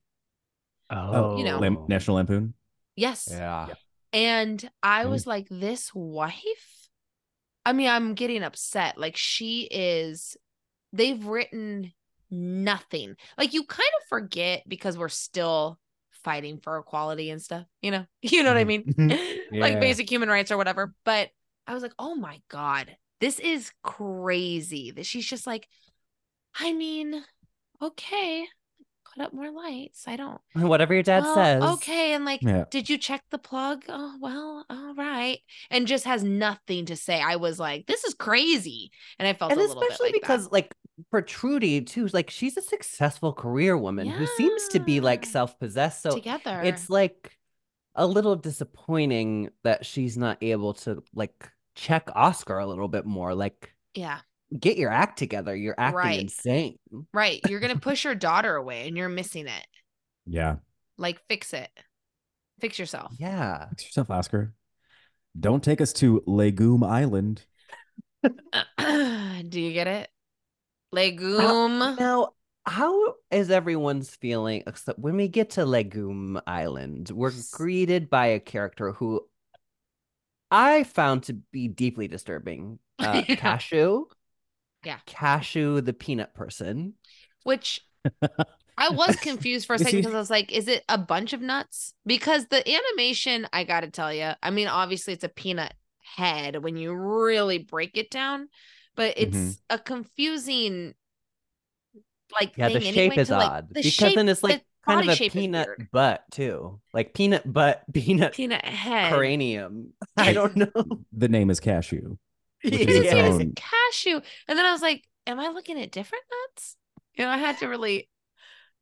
Speaker 4: Oh,
Speaker 1: You know.
Speaker 4: Lam- National Lampoon.
Speaker 1: Yes.
Speaker 2: Yeah.
Speaker 1: And I
Speaker 4: Mm.
Speaker 1: was like, this wife? I mean, I'm getting upset. Like, she is, they've written nothing. Like, you kind of forget because we're still fighting for equality and stuff, you know? You
Speaker 4: Mm-hmm.
Speaker 1: know what I mean?
Speaker 2: Yeah.
Speaker 1: Like, basic human rights or whatever. But I was like, oh my God, this is crazy that she's just like, I mean, okay, put up more lights. I don't
Speaker 2: Whatever your dad
Speaker 1: well,
Speaker 2: says.
Speaker 1: Okay. And like,
Speaker 4: Yeah.
Speaker 1: did you check the plug? Oh, well, all right. And just has nothing to say. I was like, this is crazy. And I felt
Speaker 2: and
Speaker 1: a little bit
Speaker 2: especially
Speaker 1: like
Speaker 2: because
Speaker 1: that.
Speaker 2: like for Trudy too, like she's a successful career woman who seems to be like
Speaker 1: Yeah.
Speaker 2: self-possessed. So
Speaker 1: together.
Speaker 2: it's like a little disappointing that she's not able to like check Oscar a little bit more. Like
Speaker 1: yeah,
Speaker 2: get your act together. You're acting
Speaker 1: Right.
Speaker 2: insane.
Speaker 1: right. You're gonna push your daughter away and you're missing it.
Speaker 4: Yeah.
Speaker 1: Like, fix it. Fix yourself.
Speaker 2: Yeah.
Speaker 4: Fix yourself, Oscar. Don't take us to Legume Island.
Speaker 1: Do you get it? Legume.
Speaker 2: Now, how is everyone's feeling except when we get to Legume Island? We're greeted by a character who I found to be deeply disturbing. Uh,
Speaker 1: Yeah.
Speaker 2: Cashew.
Speaker 1: Yeah.
Speaker 2: Cashew, the peanut person.
Speaker 1: Which I was confused for a
Speaker 4: Is
Speaker 1: second
Speaker 4: he-
Speaker 1: because I was like, is it a bunch of nuts? Because the animation, I got to tell you, I mean, obviously it's a peanut head when you really break it down, but it's
Speaker 4: Mhm.
Speaker 1: a confusing, like,
Speaker 2: Mm-hmm. Yeah, the
Speaker 1: thing
Speaker 2: shape
Speaker 1: anyway
Speaker 2: is
Speaker 1: to, like,
Speaker 2: odd
Speaker 1: the
Speaker 2: because
Speaker 1: shape-
Speaker 2: then it's
Speaker 1: the
Speaker 2: like kind
Speaker 1: body
Speaker 2: of a
Speaker 1: shape is
Speaker 2: peanut
Speaker 1: weird.
Speaker 2: butt too, like peanut butt, peanut
Speaker 1: peanut head.
Speaker 2: cranium. I don't know.
Speaker 4: The name is Cashew. Which
Speaker 1: It
Speaker 4: is
Speaker 1: is
Speaker 4: its
Speaker 1: even
Speaker 4: own-
Speaker 1: cashew. And then I was like, am I looking at different nuts? You know, I had to really,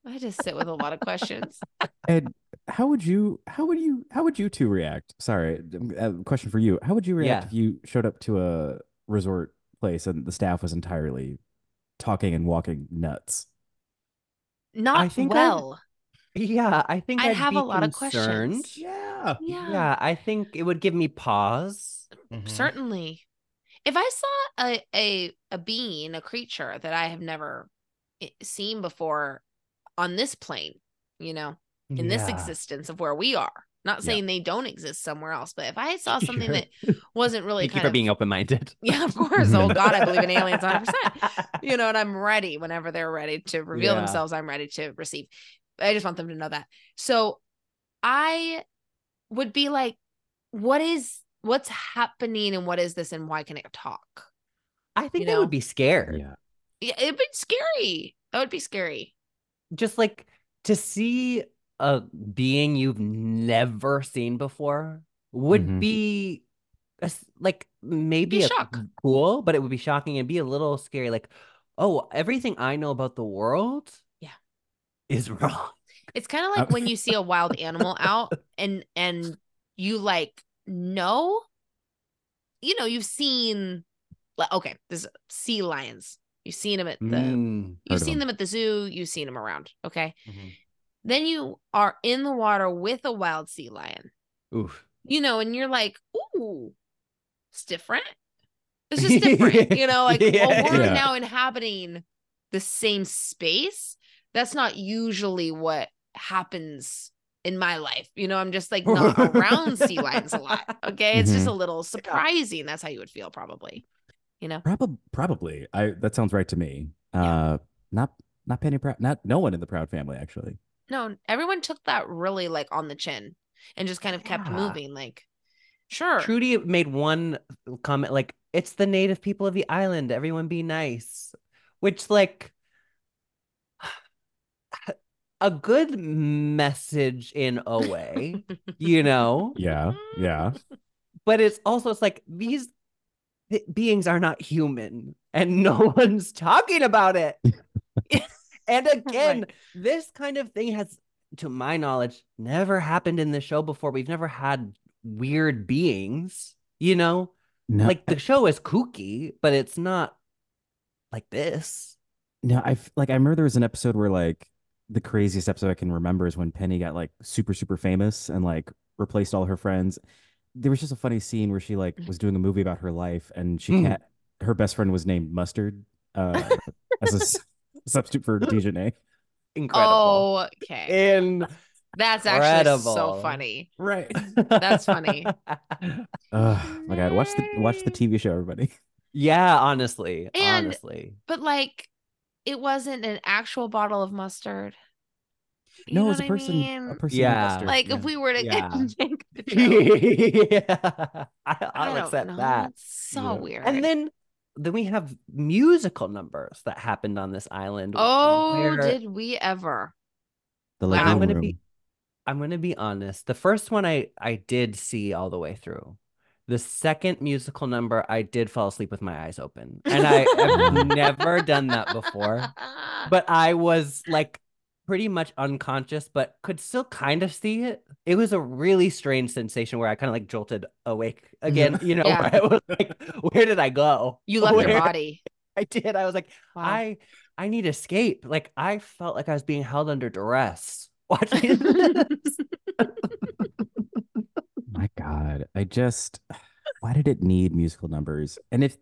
Speaker 1: I had to sit with a lot of questions.
Speaker 4: Ed, how would you how would you how would you two react? Sorry, um, uh, question for you. How would you react
Speaker 2: Yeah.
Speaker 4: if you showed up to a resort place and the staff was entirely talking and walking nuts?
Speaker 1: Not
Speaker 2: think I-
Speaker 1: well.
Speaker 2: Yeah, I think
Speaker 1: I'd
Speaker 2: I'd
Speaker 1: have
Speaker 2: be
Speaker 1: a lot of
Speaker 2: concerned.
Speaker 1: questions.
Speaker 4: Yeah.
Speaker 1: yeah.
Speaker 2: Yeah, I think it would give me pause.
Speaker 1: Mm-hmm. certainly if i saw a, a a being a creature that i have never i- seen before on this plane you know in this
Speaker 2: Yeah.
Speaker 1: existence of where we are not
Speaker 4: Yeah.
Speaker 1: saying they don't exist somewhere else but if i saw something
Speaker 2: Sure.
Speaker 1: that wasn't really
Speaker 2: Thank you
Speaker 1: kind
Speaker 2: for
Speaker 1: of
Speaker 2: being open minded.
Speaker 1: yeah of course oh god i believe in aliens 100% you know, and I'm ready whenever they're ready to reveal
Speaker 2: Yeah.
Speaker 1: themselves. I'm ready to receive. I just want them to know that. So I would be like, what is what's happening and what is this and why can it talk?
Speaker 2: I think
Speaker 1: you
Speaker 2: they
Speaker 1: know?
Speaker 2: would be scared.
Speaker 4: Yeah.
Speaker 1: Yeah, it'd be scary. That would be scary.
Speaker 2: Just like to see a being you've never seen before would
Speaker 4: Mhm.
Speaker 2: be a s- like maybe
Speaker 1: Be
Speaker 2: a
Speaker 1: shock.
Speaker 2: cool, but it would be shocking and be a little scary. Like, oh, everything I know about the world,
Speaker 1: Yeah.
Speaker 2: is wrong.
Speaker 1: It's kind of like
Speaker 4: I'm-
Speaker 1: when you see a wild animal out and and you like know, you know, you've seen like okay, this sea lions. You've seen them at the
Speaker 2: Mm.
Speaker 4: Heard
Speaker 1: you've
Speaker 4: of Mm-hmm.
Speaker 1: seen
Speaker 4: 'em.
Speaker 1: them at the zoo, you've seen them around, okay? Then you are in the water with a wild sea lion.
Speaker 2: Oof.
Speaker 1: You know, and you're like, "Ooh, it's different." It's just different. you know, like well,
Speaker 2: Yeah.
Speaker 1: we're
Speaker 4: Yeah.
Speaker 1: now inhabiting the same space. That's not usually what happens in my life. You know, I'm just like not around sea lions a lot. Okay. It's just
Speaker 4: Mm-hmm.
Speaker 1: a little surprising. That's how you would feel probably. You know?
Speaker 4: Probably, probably. I that sounds right to me.
Speaker 1: Yeah.
Speaker 4: Uh, not not Penny Proud. Not no one in the Proud family actually.
Speaker 1: No, everyone took that really like on the chin and just kind of kept
Speaker 2: Yeah.
Speaker 1: moving. Like, sure.
Speaker 2: Trudy made one comment like, it's the native people of the island. Everyone be nice. Which, like, a good message in a way, you know?
Speaker 4: Yeah, yeah.
Speaker 2: But it's also, it's like, these th- beings are not human and no one's talking about it. and again, this kind of thing has, to my knowledge, never happened in the show before. We've never had weird beings, you know?
Speaker 4: No,
Speaker 2: like the show is kooky, but it's not like this.
Speaker 4: no. I f- like I remember there was an episode where like the craziest episode I can remember is when Penny got like super super famous and like replaced all her friends. There was just a funny scene where she like was doing a movie about her life and she
Speaker 1: Hmm.
Speaker 2: Mm.
Speaker 4: can't. Her best friend was named Mustard uh, as a s- substitute for Dejanay.
Speaker 1: Oh,
Speaker 2: Incredible.
Speaker 1: okay.
Speaker 2: In
Speaker 1: That's actually so
Speaker 2: incredible.
Speaker 1: funny.
Speaker 4: Right.
Speaker 1: That's funny.
Speaker 4: Oh my god! Watch the watch the TV show, everybody.
Speaker 2: yeah, honestly.
Speaker 1: And-
Speaker 2: honestly.
Speaker 1: But like, it wasn't an actual bottle of mustard. You
Speaker 4: no,
Speaker 1: know
Speaker 4: it was a
Speaker 1: what I
Speaker 4: person.
Speaker 1: mean?
Speaker 4: A person.
Speaker 2: Yeah.
Speaker 4: Mustard.
Speaker 1: like,
Speaker 2: yeah,
Speaker 1: if we were to
Speaker 2: yeah.
Speaker 1: make the joke,
Speaker 2: yeah. I,
Speaker 1: I
Speaker 2: I'll
Speaker 1: don't
Speaker 2: accept
Speaker 1: know.
Speaker 2: that.
Speaker 1: It's so
Speaker 4: Yeah.
Speaker 1: weird.
Speaker 2: And then then we have musical numbers that happened on this island.
Speaker 1: oh,
Speaker 2: where-
Speaker 1: did we ever?
Speaker 4: The
Speaker 1: Wow.
Speaker 4: living
Speaker 2: I'm gonna
Speaker 4: room.
Speaker 2: be I'm gonna be honest. The first one I I did see all the way through. The second musical number I did fall asleep with my eyes open. And I have never done that before. But I was like pretty much unconscious, but could still kind of see it. It was a really strange sensation where I kind of like jolted awake again, you know,
Speaker 1: Yeah.
Speaker 2: where I was like, where did I go?
Speaker 1: you left your
Speaker 2: Where-
Speaker 1: body.
Speaker 2: I did. I was like,
Speaker 1: Wow.
Speaker 2: I I need escape. Like I felt like I was being held under duress watching this.
Speaker 4: My God, I just why did it need musical numbers? And if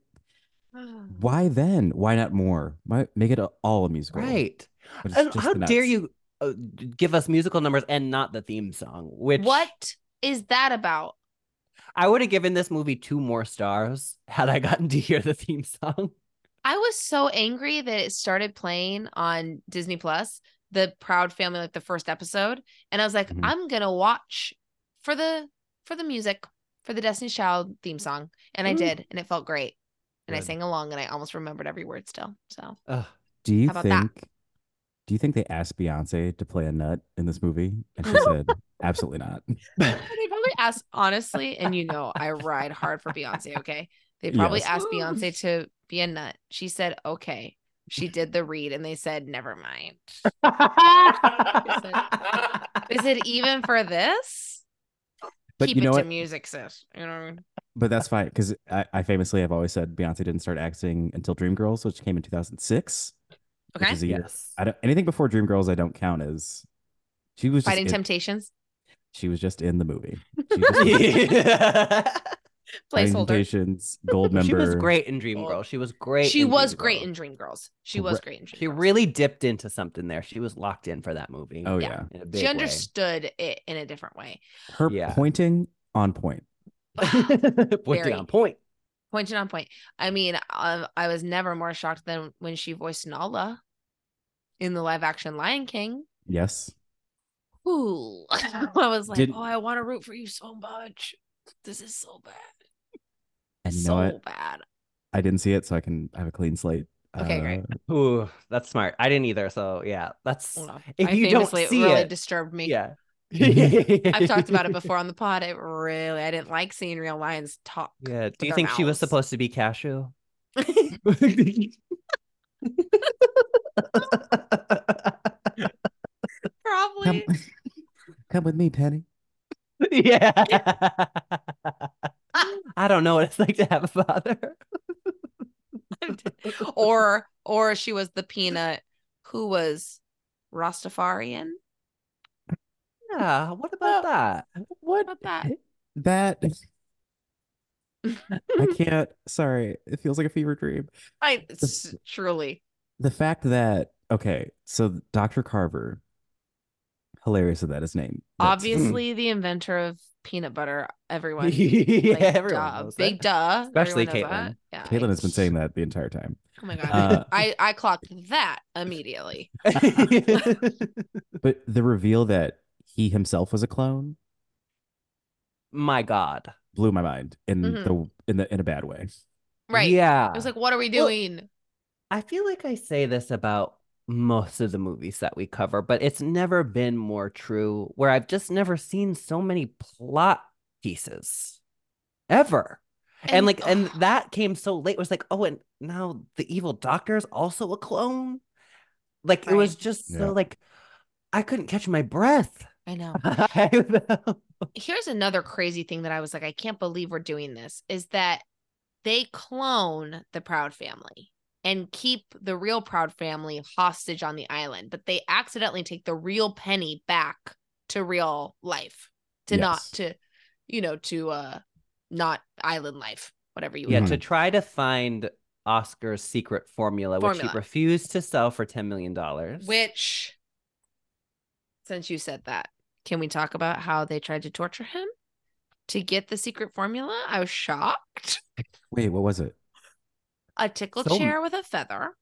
Speaker 4: why then? Why not more? Why make it a, all a musical?
Speaker 2: Right.
Speaker 4: But it's
Speaker 2: And
Speaker 4: just
Speaker 2: how
Speaker 4: the
Speaker 2: dare
Speaker 4: nuts.
Speaker 2: you uh, d- give us musical numbers and not the theme song? Which
Speaker 1: What is that about?
Speaker 2: I would have given this movie two more stars had I gotten to hear the theme song.
Speaker 1: I was so angry that it started playing on Disney Plus, the Proud Family, like the first episode, and I was like,
Speaker 4: Mhm.
Speaker 1: I'm gonna watch for the for the music for the Destiny's Child theme song, and I
Speaker 2: Mm.
Speaker 1: did, and it felt great, and I
Speaker 2: Good.
Speaker 1: sang along, and I almost remembered every word still. So
Speaker 2: Ugh.
Speaker 4: Do you
Speaker 1: How about that?
Speaker 4: think? Do you think they asked Beyonce to play a nut in this movie? And she said, absolutely not.
Speaker 1: they probably asked honestly, and you know I ride hard for Beyonce. Okay, they probably
Speaker 4: Yes.
Speaker 1: asked Beyonce to be a nut. She said okay. She did the read, and they said never mind. Is it even for this?
Speaker 4: But
Speaker 1: Keep
Speaker 4: you
Speaker 1: it
Speaker 4: know
Speaker 1: to
Speaker 4: what?
Speaker 1: music, sis. You know what I mean?
Speaker 4: But that's fine because I, I famously have always said Beyonce didn't start acting until Dreamgirls, which came in two thousand six.
Speaker 1: Okay.
Speaker 4: Which is a year.
Speaker 2: yes.
Speaker 4: I don't, anything before Dreamgirls, I don't count as. She was just
Speaker 1: Fighting
Speaker 4: in-
Speaker 1: Temptations.
Speaker 4: She was just in the movie. She just was Fighting
Speaker 1: Placeholder.
Speaker 4: Temptations, Gold member.
Speaker 2: She was great in Dreamgirl. She was great.
Speaker 1: She
Speaker 2: in
Speaker 1: was
Speaker 2: Dreamgirl.
Speaker 1: great in Dreamgirls. She was
Speaker 4: Right.
Speaker 1: great in Dreamgirls.
Speaker 2: She really dipped into something there. She was locked in for that movie.
Speaker 4: Oh
Speaker 1: Yeah.
Speaker 4: yeah.
Speaker 2: in a big
Speaker 1: She
Speaker 2: way.
Speaker 1: understood it in a different way.
Speaker 4: Her
Speaker 2: Yeah.
Speaker 4: pointing on point.
Speaker 2: Point
Speaker 1: Very.
Speaker 2: down point.
Speaker 1: Point and on point. I mean, I, I was never more shocked than when she voiced Nala in the live action Lion King.
Speaker 4: Yes.
Speaker 1: Ooh. I was like,
Speaker 4: Did-
Speaker 1: oh, I want to root for you so much. This is so bad.
Speaker 4: And you
Speaker 1: so
Speaker 4: know what?
Speaker 1: bad.
Speaker 4: I didn't see it, so I can have a clean slate. Uh,
Speaker 1: Okay, great.
Speaker 2: Ooh, that's smart. I didn't either. So yeah, that's
Speaker 1: Well,
Speaker 2: if
Speaker 1: I
Speaker 2: you don't
Speaker 1: famously-
Speaker 2: see
Speaker 1: it really
Speaker 2: it,
Speaker 1: disturbed me.
Speaker 2: yeah.
Speaker 1: I've talked about it before on the pod. It really, I didn't like seeing real lions talk.
Speaker 2: Yeah. Do you
Speaker 1: their
Speaker 2: think she was
Speaker 1: mouths.
Speaker 2: supposed to be cashew?
Speaker 1: Probably.
Speaker 4: Come, come with me, Penny.
Speaker 2: yeah. I don't know what it's like to have a father.
Speaker 1: or or she was the peanut who was Rastafarian.
Speaker 2: Yeah. What about that?
Speaker 1: How about that?
Speaker 4: That I can't. Sorry, it feels like a fever dream.
Speaker 1: I s- truly.
Speaker 4: The fact that okay, so Dr. Carver, hilarious that that is named. That's-
Speaker 1: Obviously the inventor of peanut butter, everyone. Like,
Speaker 2: yeah, everyone
Speaker 1: duh.
Speaker 2: knows
Speaker 1: Big
Speaker 2: that.
Speaker 1: duh.
Speaker 2: Especially
Speaker 1: Everyone knows
Speaker 2: Caitlin.
Speaker 1: that. Yeah,
Speaker 4: Caitlin has been saying that the entire time.
Speaker 1: Oh my god.
Speaker 4: Uh,
Speaker 1: I, I clocked that immediately.
Speaker 4: But the reveal that he himself was a clone
Speaker 2: My God.
Speaker 4: blew my mind in
Speaker 1: Mhm.
Speaker 4: the in the in a bad way.
Speaker 1: Right.
Speaker 2: Yeah.
Speaker 1: I was like, what are we
Speaker 2: Well-
Speaker 1: doing?
Speaker 2: I feel like I say this about most of the movies that we cover, but it's never been more true where I've just never seen so many plot pieces ever. And, like,
Speaker 1: oh,
Speaker 2: and that came so late. It was like, oh, and now the evil doctor is also a clone. Like, it was
Speaker 1: Right.
Speaker 2: just
Speaker 4: Yeah.
Speaker 2: so like, I couldn't catch my breath.
Speaker 1: I know.
Speaker 2: I-
Speaker 1: here's another crazy thing that I was like, I can't believe we're doing this is that they clone the Proud family and keep the real Proud family hostage on the island, but they accidentally take the real penny back to real life to not
Speaker 4: Yes.
Speaker 1: to, you know, to uh not island life, whatever you
Speaker 2: yeah,
Speaker 1: would-
Speaker 2: to try to find Oscar's secret formula, which
Speaker 1: Formula.
Speaker 2: he refused to sell for $10 million.
Speaker 1: which since you said that, can we talk about how they tried to torture him to get the secret formula? I was shocked.
Speaker 4: Wait, what was it?
Speaker 1: a tickle
Speaker 2: So-
Speaker 1: chair with a feather,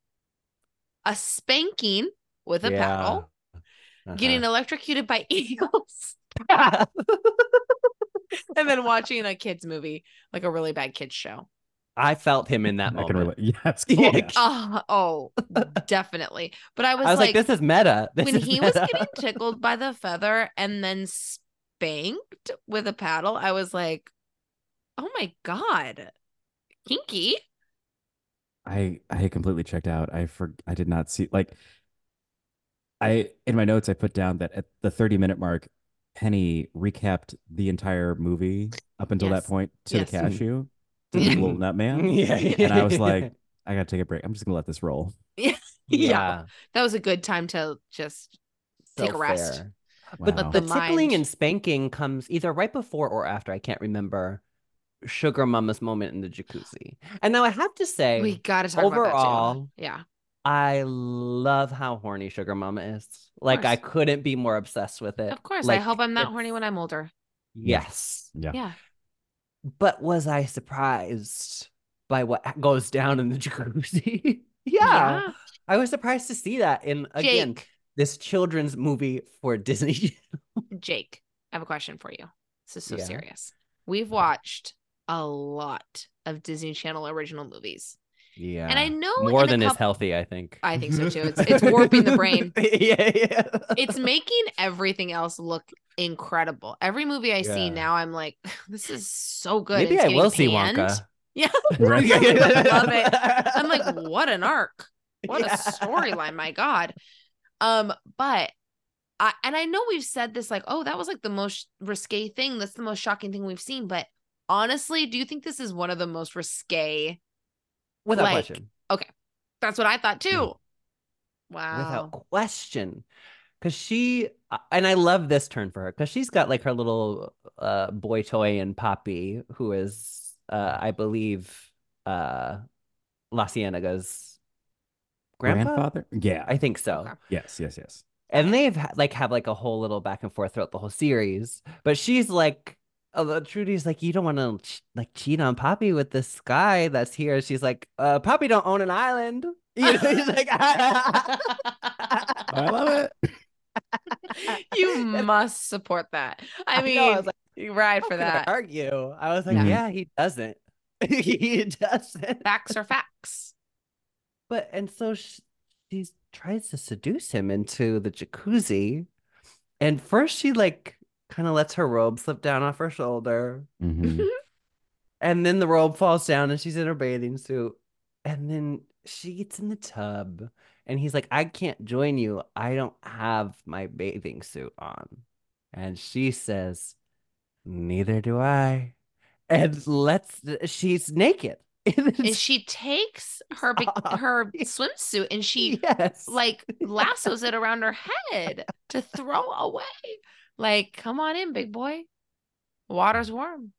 Speaker 1: a spanking with a paddle,
Speaker 2: uh-huh.
Speaker 1: getting electrocuted by eagles,
Speaker 2: a
Speaker 1: and then watching a kids movie, like a really bad kids show.
Speaker 2: I felt him in that
Speaker 4: I can
Speaker 2: moment.
Speaker 4: relate. Yes.
Speaker 2: Yeah.
Speaker 4: yeah.
Speaker 1: Uh, oh, definitely. But I was,
Speaker 2: I was like,
Speaker 1: like,
Speaker 2: this is meta. This
Speaker 1: when
Speaker 2: is
Speaker 1: he was
Speaker 2: meta."
Speaker 1: getting tickled by the feather and then spanked with a paddle, I was like, oh my God, kinky.
Speaker 4: I I had completely checked out. I for I did not see like I in my notes I put down that at the 30 minute mark, Penny recapped the entire movie up until
Speaker 1: Yes.
Speaker 4: that point to
Speaker 1: Yes.
Speaker 4: the cashew, to
Speaker 1: Yeah.
Speaker 4: the little nut man.
Speaker 2: yeah,
Speaker 4: And I was like, I gotta take a break. I'm just gonna let this roll.
Speaker 1: Yeah. That was a good time to just
Speaker 2: so
Speaker 1: take a rest.
Speaker 2: fair.
Speaker 4: But
Speaker 1: Wow.
Speaker 2: The
Speaker 1: The
Speaker 2: tickling
Speaker 1: mind.
Speaker 2: and spanking comes either right before or after. I can't remember. Sugar Mama's moment in the jacuzzi. And now I have to say,
Speaker 1: We got to talk about that too.
Speaker 2: overall,
Speaker 1: Yeah.
Speaker 2: I love how horny Sugar Mama is. Like, I couldn't be more obsessed with it.
Speaker 1: Of course.
Speaker 2: Like,
Speaker 1: I hope I'm not
Speaker 2: it's-
Speaker 1: horny when I'm older.
Speaker 2: Yes.
Speaker 4: Yeah.
Speaker 1: Yeah.
Speaker 2: But was I surprised by what goes down in the jacuzzi? yeah. I was surprised to see that in again
Speaker 1: Jake,
Speaker 2: this children's movie for Disney.
Speaker 1: Jake, I have a question for you. This is so
Speaker 2: Yeah.
Speaker 1: serious. We've watched a lot of Disney Channel original movies.
Speaker 2: yeah,
Speaker 1: And I know
Speaker 2: more
Speaker 1: in a
Speaker 2: than is
Speaker 1: coup-
Speaker 2: healthy. I think.
Speaker 1: I think so too. It's it's warping the brain.
Speaker 2: yeah, yeah.
Speaker 1: It's making everything else look incredible. Every movie I see
Speaker 2: Yeah.
Speaker 1: now, I'm like, this is so good.
Speaker 2: maybe
Speaker 1: It's
Speaker 2: I
Speaker 1: getting
Speaker 2: will see
Speaker 1: panned.
Speaker 2: Wonka.
Speaker 1: Yeah.
Speaker 4: Right.
Speaker 1: Love it. I'm like, what an arc. What
Speaker 2: Yeah.
Speaker 1: a storyline, my God. Um, but I and I know we've said this like, oh, that was like the most risque thing. That's the most shocking thing we've seen. But honestly, do you think this is one of the most risque?
Speaker 2: without
Speaker 1: like,
Speaker 2: question, Mm.
Speaker 1: That's what I thought too. Wow.
Speaker 2: without question, because she uh, and I love this turn for her because she's got like her little uh, boy toy and Poppy, who is uh, I believe uh, La Cienega's grandpa.
Speaker 4: Grandfather? Yeah.
Speaker 2: I think so.
Speaker 1: Okay.
Speaker 4: Yes, yes, yes.
Speaker 2: And they've ha- like have like a whole little back and forth throughout the whole series. But she's like, although Trudy's like, you don't want to ch- like cheat on Poppy with this guy that's here. She's like, uh, Poppy don't own an island. You know, he's like,
Speaker 4: I love it.
Speaker 1: you must support that. I mean,
Speaker 2: know, I was like,
Speaker 1: you ride
Speaker 2: how
Speaker 1: for
Speaker 2: can I
Speaker 1: that.
Speaker 2: argue. I was like,
Speaker 4: Yeah.
Speaker 2: yeah, he doesn't. he doesn't.
Speaker 1: Facts are facts.
Speaker 2: but and so she, she tries to seduce him into the jacuzzi, and first she like kind of lets her robe slip down off her shoulder,
Speaker 4: Mhm.
Speaker 2: and then the robe falls down, and she's in her bathing suit, and then she gets in the tub, and he's like, "I can't join you. I don't have my bathing suit on," and she says, "Neither do I," and let's she's naked.
Speaker 1: and she takes her big
Speaker 2: Stop.
Speaker 1: her swimsuit and she
Speaker 2: yes.
Speaker 1: like lassos it around her head to throw away. Like, come on in, big boy. Water's warm.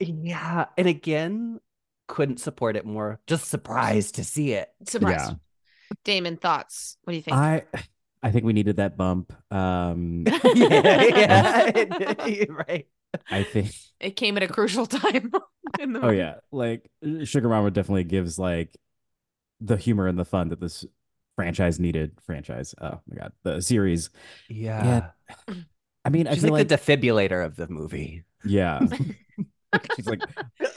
Speaker 2: Yeah, and again, couldn't support it more. Just surprised to see it.
Speaker 1: Surprise.
Speaker 4: Yeah.
Speaker 1: Damon, thoughts. What do you think?
Speaker 4: I I think we needed that bump. Um
Speaker 2: You're right.
Speaker 4: I think
Speaker 1: it came at a crucial time. in the
Speaker 4: oh yeah, like uh, Sugar Mama definitely gives like the humor and the fun that this franchise needed. Franchise. Oh my god, the series.
Speaker 2: Yeah.
Speaker 4: I mean, I
Speaker 2: She's
Speaker 4: feel
Speaker 2: like, the defibrillator of the movie.
Speaker 4: yeah. She's like,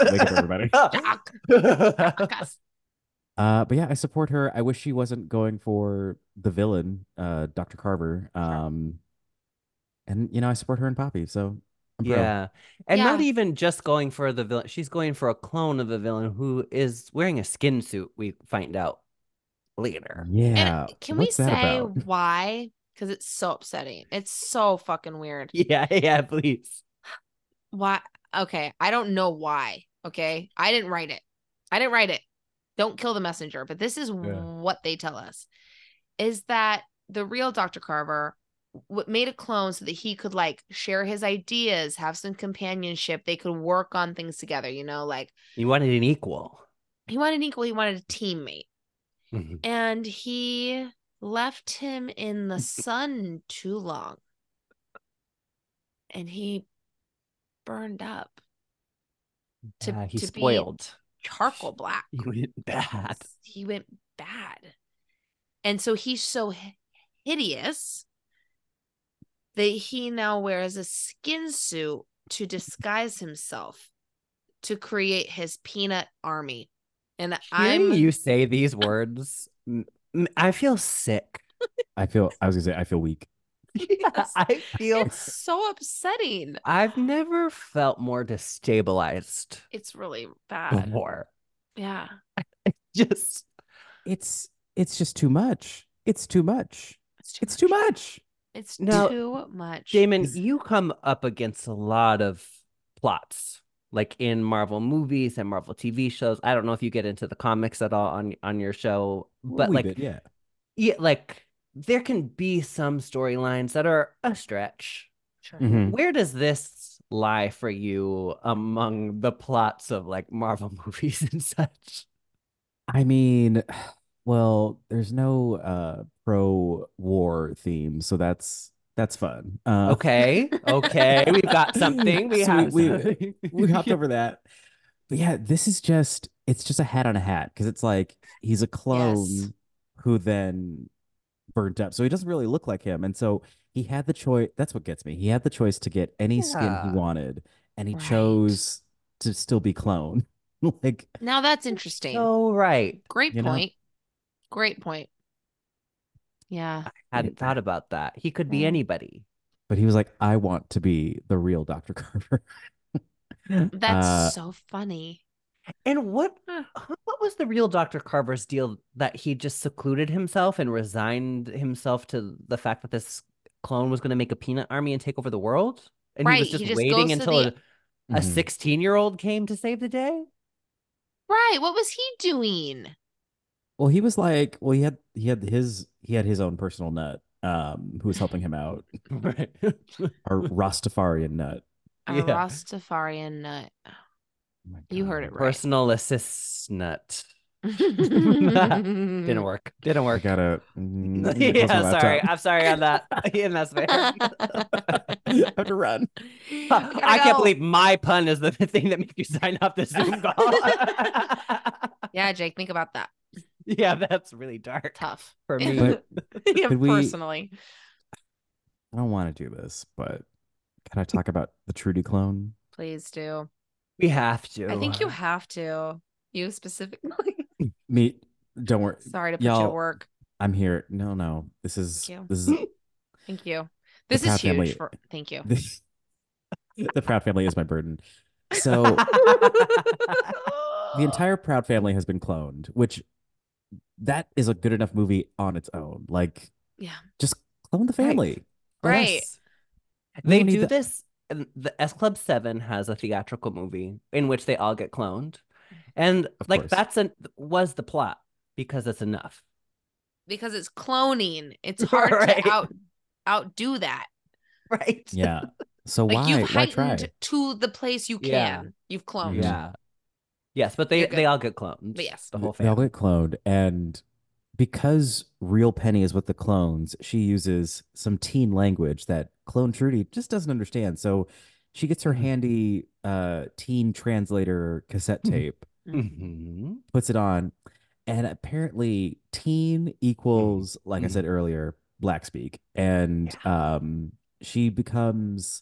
Speaker 4: wake up everybody.
Speaker 1: Doc, Doc,
Speaker 4: Uh, but yeah, I support her. I wish she wasn't going for the villain, uh, Dr. Carver. Um, and you know, I support her and Poppy, so I'm pro.
Speaker 2: yeah. And not
Speaker 1: Yeah.
Speaker 2: even just going for the villain. She's going for a clone of the villain who is wearing a skin suit, we find out later.
Speaker 4: Yeah.
Speaker 1: And can
Speaker 4: What's
Speaker 1: we
Speaker 4: that
Speaker 1: say
Speaker 4: about?
Speaker 1: why? Because it's so upsetting. It's so fucking weird.
Speaker 2: Yeah, yeah, please.
Speaker 1: Why? Okay, I don't know why. Okay, I didn't write it. I didn't write it. Don't kill the messenger. But this is what they tell us: is that the real Dr. Carver w- made a clone so that he could like share his ideas, have some companionship. They could work on things together. You know, like
Speaker 2: You wanted an equal.
Speaker 1: he wanted an equal. He wanted a teammate.
Speaker 2: Mhm.
Speaker 1: and he left him in the sun too long and he burned up To-
Speaker 2: Yeah, Ah, he's
Speaker 1: to be-
Speaker 2: spoiled.
Speaker 1: charcoal black
Speaker 2: He went bad.
Speaker 1: he went bad and so he's so hi- hideous that he now wears a skin suit to disguise himself to create his peanut army and i'm
Speaker 2: Hearing you say these words, m- m- I feel sick.
Speaker 4: I feel I was gonna say I feel weak.
Speaker 1: Yes.
Speaker 2: I feel
Speaker 1: it's so upsetting
Speaker 2: I've never felt more destabilized
Speaker 1: it's really bad
Speaker 2: before.
Speaker 1: yeah
Speaker 2: Just
Speaker 4: It's it's just too much. It's too much. It's too much.
Speaker 1: It's
Speaker 2: Now,
Speaker 1: too much.
Speaker 2: Damon,
Speaker 4: Is-
Speaker 2: you come up against a lot of plots, like in Marvel movies and Marvel TV shows. I don't know if you get into the comics at all on on your show, but
Speaker 4: Wee
Speaker 2: like
Speaker 4: bit, yeah.
Speaker 2: yeah, like there can be some storylines that are a stretch.
Speaker 1: Sure.
Speaker 4: Mhm.
Speaker 2: Where does this lie for you among the plots of like Marvel movies and such?
Speaker 4: I mean, well, there's no uh pro war theme, so that's that's fun. Uh
Speaker 2: Okay, okay, we've got something. We
Speaker 4: So
Speaker 2: have
Speaker 4: we-
Speaker 2: something.
Speaker 4: we hopped over that. But yeah, this is just it's just a hat on a hat because it's like he's a clone
Speaker 1: Yes.
Speaker 4: who then burnt up. So he doesn't really look like him. And so he had the choice. That's what gets me. He had the choice to get any skin he
Speaker 2: Yeah.
Speaker 4: wanted, and he
Speaker 1: Right.
Speaker 4: chose to still be clone. like
Speaker 1: Now that's interesting.
Speaker 2: Oh right,
Speaker 1: Great
Speaker 4: you know?
Speaker 1: point. Great point. Yeah.
Speaker 2: hadn't thought about that. He could be
Speaker 1: Yeah.
Speaker 2: anybody.
Speaker 4: but he was like, I want to be the real Dr. Carver.
Speaker 1: That's
Speaker 4: Uh,
Speaker 1: so funny.
Speaker 2: And what
Speaker 1: Huh.
Speaker 2: huh, what was the real Dr. Carver's deal that he just secluded himself and resigned himself to the fact that this clone was going to make a peanut army and take over the world? And he
Speaker 1: Right,
Speaker 2: was
Speaker 1: he
Speaker 2: just
Speaker 1: just
Speaker 2: waiting
Speaker 1: goes to
Speaker 2: until
Speaker 1: the-
Speaker 2: a
Speaker 4: Mhm.
Speaker 2: 16 year old came to save the day?
Speaker 1: Right. What was he doing?
Speaker 4: Well, he was like, well, he had he had his he had his own personal nut um who was helping him out,
Speaker 2: Right.
Speaker 4: or Rastafarian nut.
Speaker 1: A
Speaker 2: Yeah.
Speaker 1: Rastafarian nut.
Speaker 4: Oh my
Speaker 1: You heard
Speaker 4: God.
Speaker 1: it right.
Speaker 2: Personal assist nut.
Speaker 1: Mm.
Speaker 2: Didn't work. Didn't
Speaker 4: I
Speaker 2: work.
Speaker 4: gotta. mm, close my
Speaker 2: yeah,
Speaker 4: laptop.
Speaker 2: sorry. I'm sorry on that. yeah, that's fair. Uh,
Speaker 4: I have to run.
Speaker 2: I, can't believe my pun is the thing that makes you sign off this Zoom call.
Speaker 1: Yeah, Jake, think about that.
Speaker 2: Yeah, that's really dark
Speaker 1: Tough.
Speaker 2: for me.
Speaker 4: But
Speaker 1: yeah,
Speaker 4: could we-
Speaker 1: personally.
Speaker 4: I don't want to do this, but can I talk about the Trudy clone?
Speaker 1: Please do.
Speaker 2: we have to.
Speaker 1: I think you have to. You specifically.
Speaker 4: Me, Don't worry.
Speaker 1: Sorry to put you to
Speaker 4: Y'all-
Speaker 1: work.
Speaker 4: I'm here. No, no. This is
Speaker 1: Thank you.
Speaker 4: this is
Speaker 1: Thank you. This is
Speaker 4: Proud
Speaker 1: huge.
Speaker 4: Family-
Speaker 1: For, thank you.
Speaker 4: this, the Proud Family is my burden. So the entire Proud Family has been cloned, which that is a good enough movie on its own. Like,
Speaker 1: Yeah.
Speaker 4: just clone the
Speaker 2: Right.
Speaker 4: family. Let
Speaker 1: Right.
Speaker 4: us-
Speaker 2: They
Speaker 4: don't need
Speaker 2: do
Speaker 4: the-
Speaker 2: this. and The S Club Seven has a theatrical movie in which they all get cloned, and
Speaker 4: Of
Speaker 2: like
Speaker 4: course.
Speaker 2: that's an was the plot because it's enough.
Speaker 1: because it's cloning. It's hard
Speaker 2: Right.
Speaker 1: to out outdo that.
Speaker 2: Right.
Speaker 4: Yeah. So
Speaker 1: Like
Speaker 4: why
Speaker 1: you've
Speaker 4: why try?
Speaker 1: heightened to the place you can.
Speaker 2: Yeah.
Speaker 1: You've cloned.
Speaker 2: Yeah. Yes, but they
Speaker 1: Um, You're good.
Speaker 2: they all get cloned.
Speaker 1: But yes.
Speaker 2: the whole
Speaker 4: Th- They all
Speaker 2: family.
Speaker 4: get cloned, and because real Penny is with the clones, she uses some teen language that clone Trudy just doesn't understand. So she gets her
Speaker 2: Mhm.
Speaker 4: handy uh, teen translator cassette
Speaker 2: Mhm.
Speaker 4: tape,
Speaker 2: Mhm.
Speaker 4: puts it on, and apparently teen
Speaker 1: Mm-hmm.
Speaker 4: equals, like I
Speaker 2: Mhm.
Speaker 4: said earlier, black speak, and um, she becomes.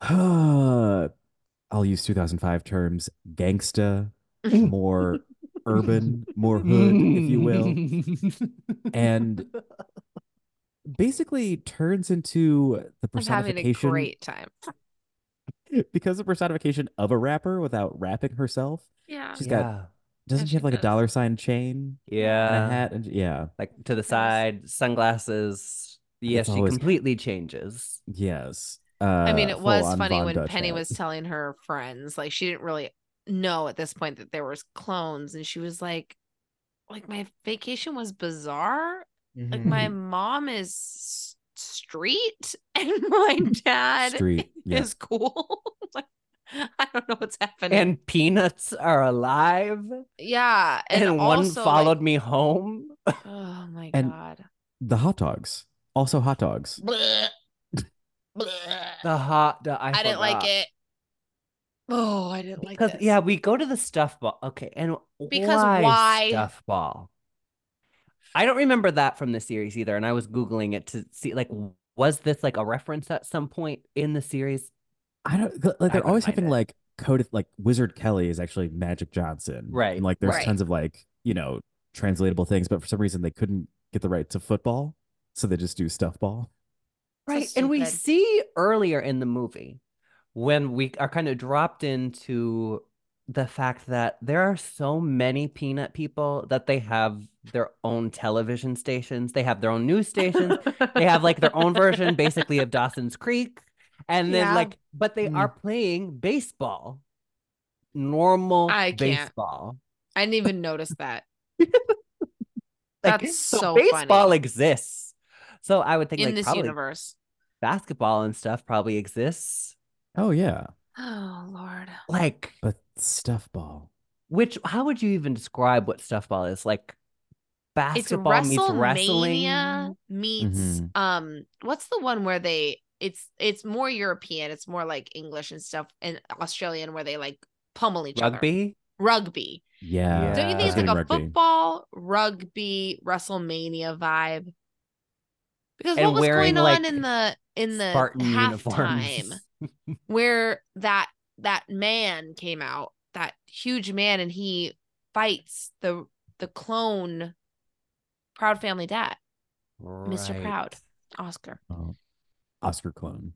Speaker 4: I'll use 2005 terms, gangsta, more urban, more hood, if you will, and basically turns into the
Speaker 1: I'm having a
Speaker 4: personification
Speaker 1: great time.
Speaker 4: because the personification of a rapper without rapping herself.
Speaker 1: Yeah.
Speaker 4: She's got doesn't she
Speaker 1: she
Speaker 4: have like a
Speaker 1: does. Uh,
Speaker 4: dollar sign chain
Speaker 2: yeah, yeah,
Speaker 4: and a hat and yeah.
Speaker 2: like to the
Speaker 1: Yes.
Speaker 2: side, sunglasses. Yes, she
Speaker 4: always-
Speaker 2: completely changes.
Speaker 4: Yes.
Speaker 1: I mean,
Speaker 4: Uh,
Speaker 1: it was
Speaker 4: full-on
Speaker 1: funny
Speaker 4: Von
Speaker 1: when
Speaker 4: Dutch
Speaker 1: Penny
Speaker 4: hat.
Speaker 1: was telling her friends, like she didn't really know at this point that there was clones, and she was like, "Like my vacation was bizarre. Like
Speaker 4: Mm-hmm.
Speaker 1: my
Speaker 2: Mm-hmm.
Speaker 1: mom is s- street, and my
Speaker 2: Mm-hmm.
Speaker 1: dad
Speaker 4: Street, yeah.
Speaker 1: is cool. like I don't know what's happening.
Speaker 2: And peanuts are alive.
Speaker 1: yeah,
Speaker 2: And,
Speaker 1: and,
Speaker 2: one
Speaker 1: also, like-
Speaker 2: followed me home.
Speaker 1: oh my
Speaker 4: And-
Speaker 1: god.
Speaker 4: the hot dogs. Also hot dogs.
Speaker 1: Bleh. Bleh.
Speaker 2: The hot. The, I,
Speaker 1: I, didn't like
Speaker 2: forgot.
Speaker 1: it. Oh, I didn't like
Speaker 2: Because
Speaker 1: this.
Speaker 2: yeah, we go to the stuff ball. Okay, and
Speaker 1: Because
Speaker 2: why,
Speaker 1: why?
Speaker 2: stuff ball? I don't remember that from the series either, and I was googling it to see like was this like a reference at some point in the series?
Speaker 4: I don't th- like
Speaker 2: I
Speaker 4: they're
Speaker 2: couldn't
Speaker 4: always
Speaker 2: find
Speaker 4: having
Speaker 2: it.
Speaker 4: like coded like Wizard Kelly is actually Magic Johnson.
Speaker 2: Right,
Speaker 4: And like there's
Speaker 1: right.
Speaker 4: tons of like, you know, translatable things, but for some reason they couldn't get the right to football. So they just do stuff ball.
Speaker 1: So
Speaker 2: right, and we
Speaker 1: stupid.
Speaker 2: see earlier in the movie when we are kind of dropped into the fact that there are so many peanut people that they have their own television stations, they have their own news stations, they have like their own version basically of Dawson's Creek. And then
Speaker 1: Yeah.
Speaker 2: like but they are playing baseball. Normal
Speaker 1: I can't.
Speaker 2: baseball.
Speaker 1: I didn't even notice that.
Speaker 2: Like,
Speaker 1: That's so funny.
Speaker 2: baseball exists. So I would think
Speaker 1: in
Speaker 2: like
Speaker 1: this
Speaker 2: probably
Speaker 1: universe.
Speaker 2: basketball and stuff probably exists.
Speaker 4: Oh yeah.
Speaker 1: Oh Lord.
Speaker 2: Like
Speaker 4: But stuff ball.
Speaker 2: which how would you even describe what stuffball is? Like basketball
Speaker 1: it's
Speaker 2: meets wrestling. Mm-hmm.
Speaker 1: WrestleMania meets
Speaker 4: Mhm.
Speaker 1: um what's the one where they it's it's more European, it's more like English and stuff and Australian where they like pummel each other.
Speaker 2: Rugby.
Speaker 1: Rugby.
Speaker 4: Yeah.
Speaker 1: Don't you
Speaker 2: Yeah.
Speaker 1: think it's like
Speaker 4: Getting
Speaker 1: a
Speaker 4: rugby.
Speaker 1: football, rugby, WrestleMania vibe? Because
Speaker 2: And
Speaker 1: what was
Speaker 2: wearing,
Speaker 1: going on
Speaker 2: like,
Speaker 1: in the in the
Speaker 2: Spartan
Speaker 1: halftime?
Speaker 2: uniforms.
Speaker 1: where that that man came out, that huge man, and he fights the the clone Proud Family Dad, Mr. Proud. Oscar.
Speaker 4: Oh. Oscar clone.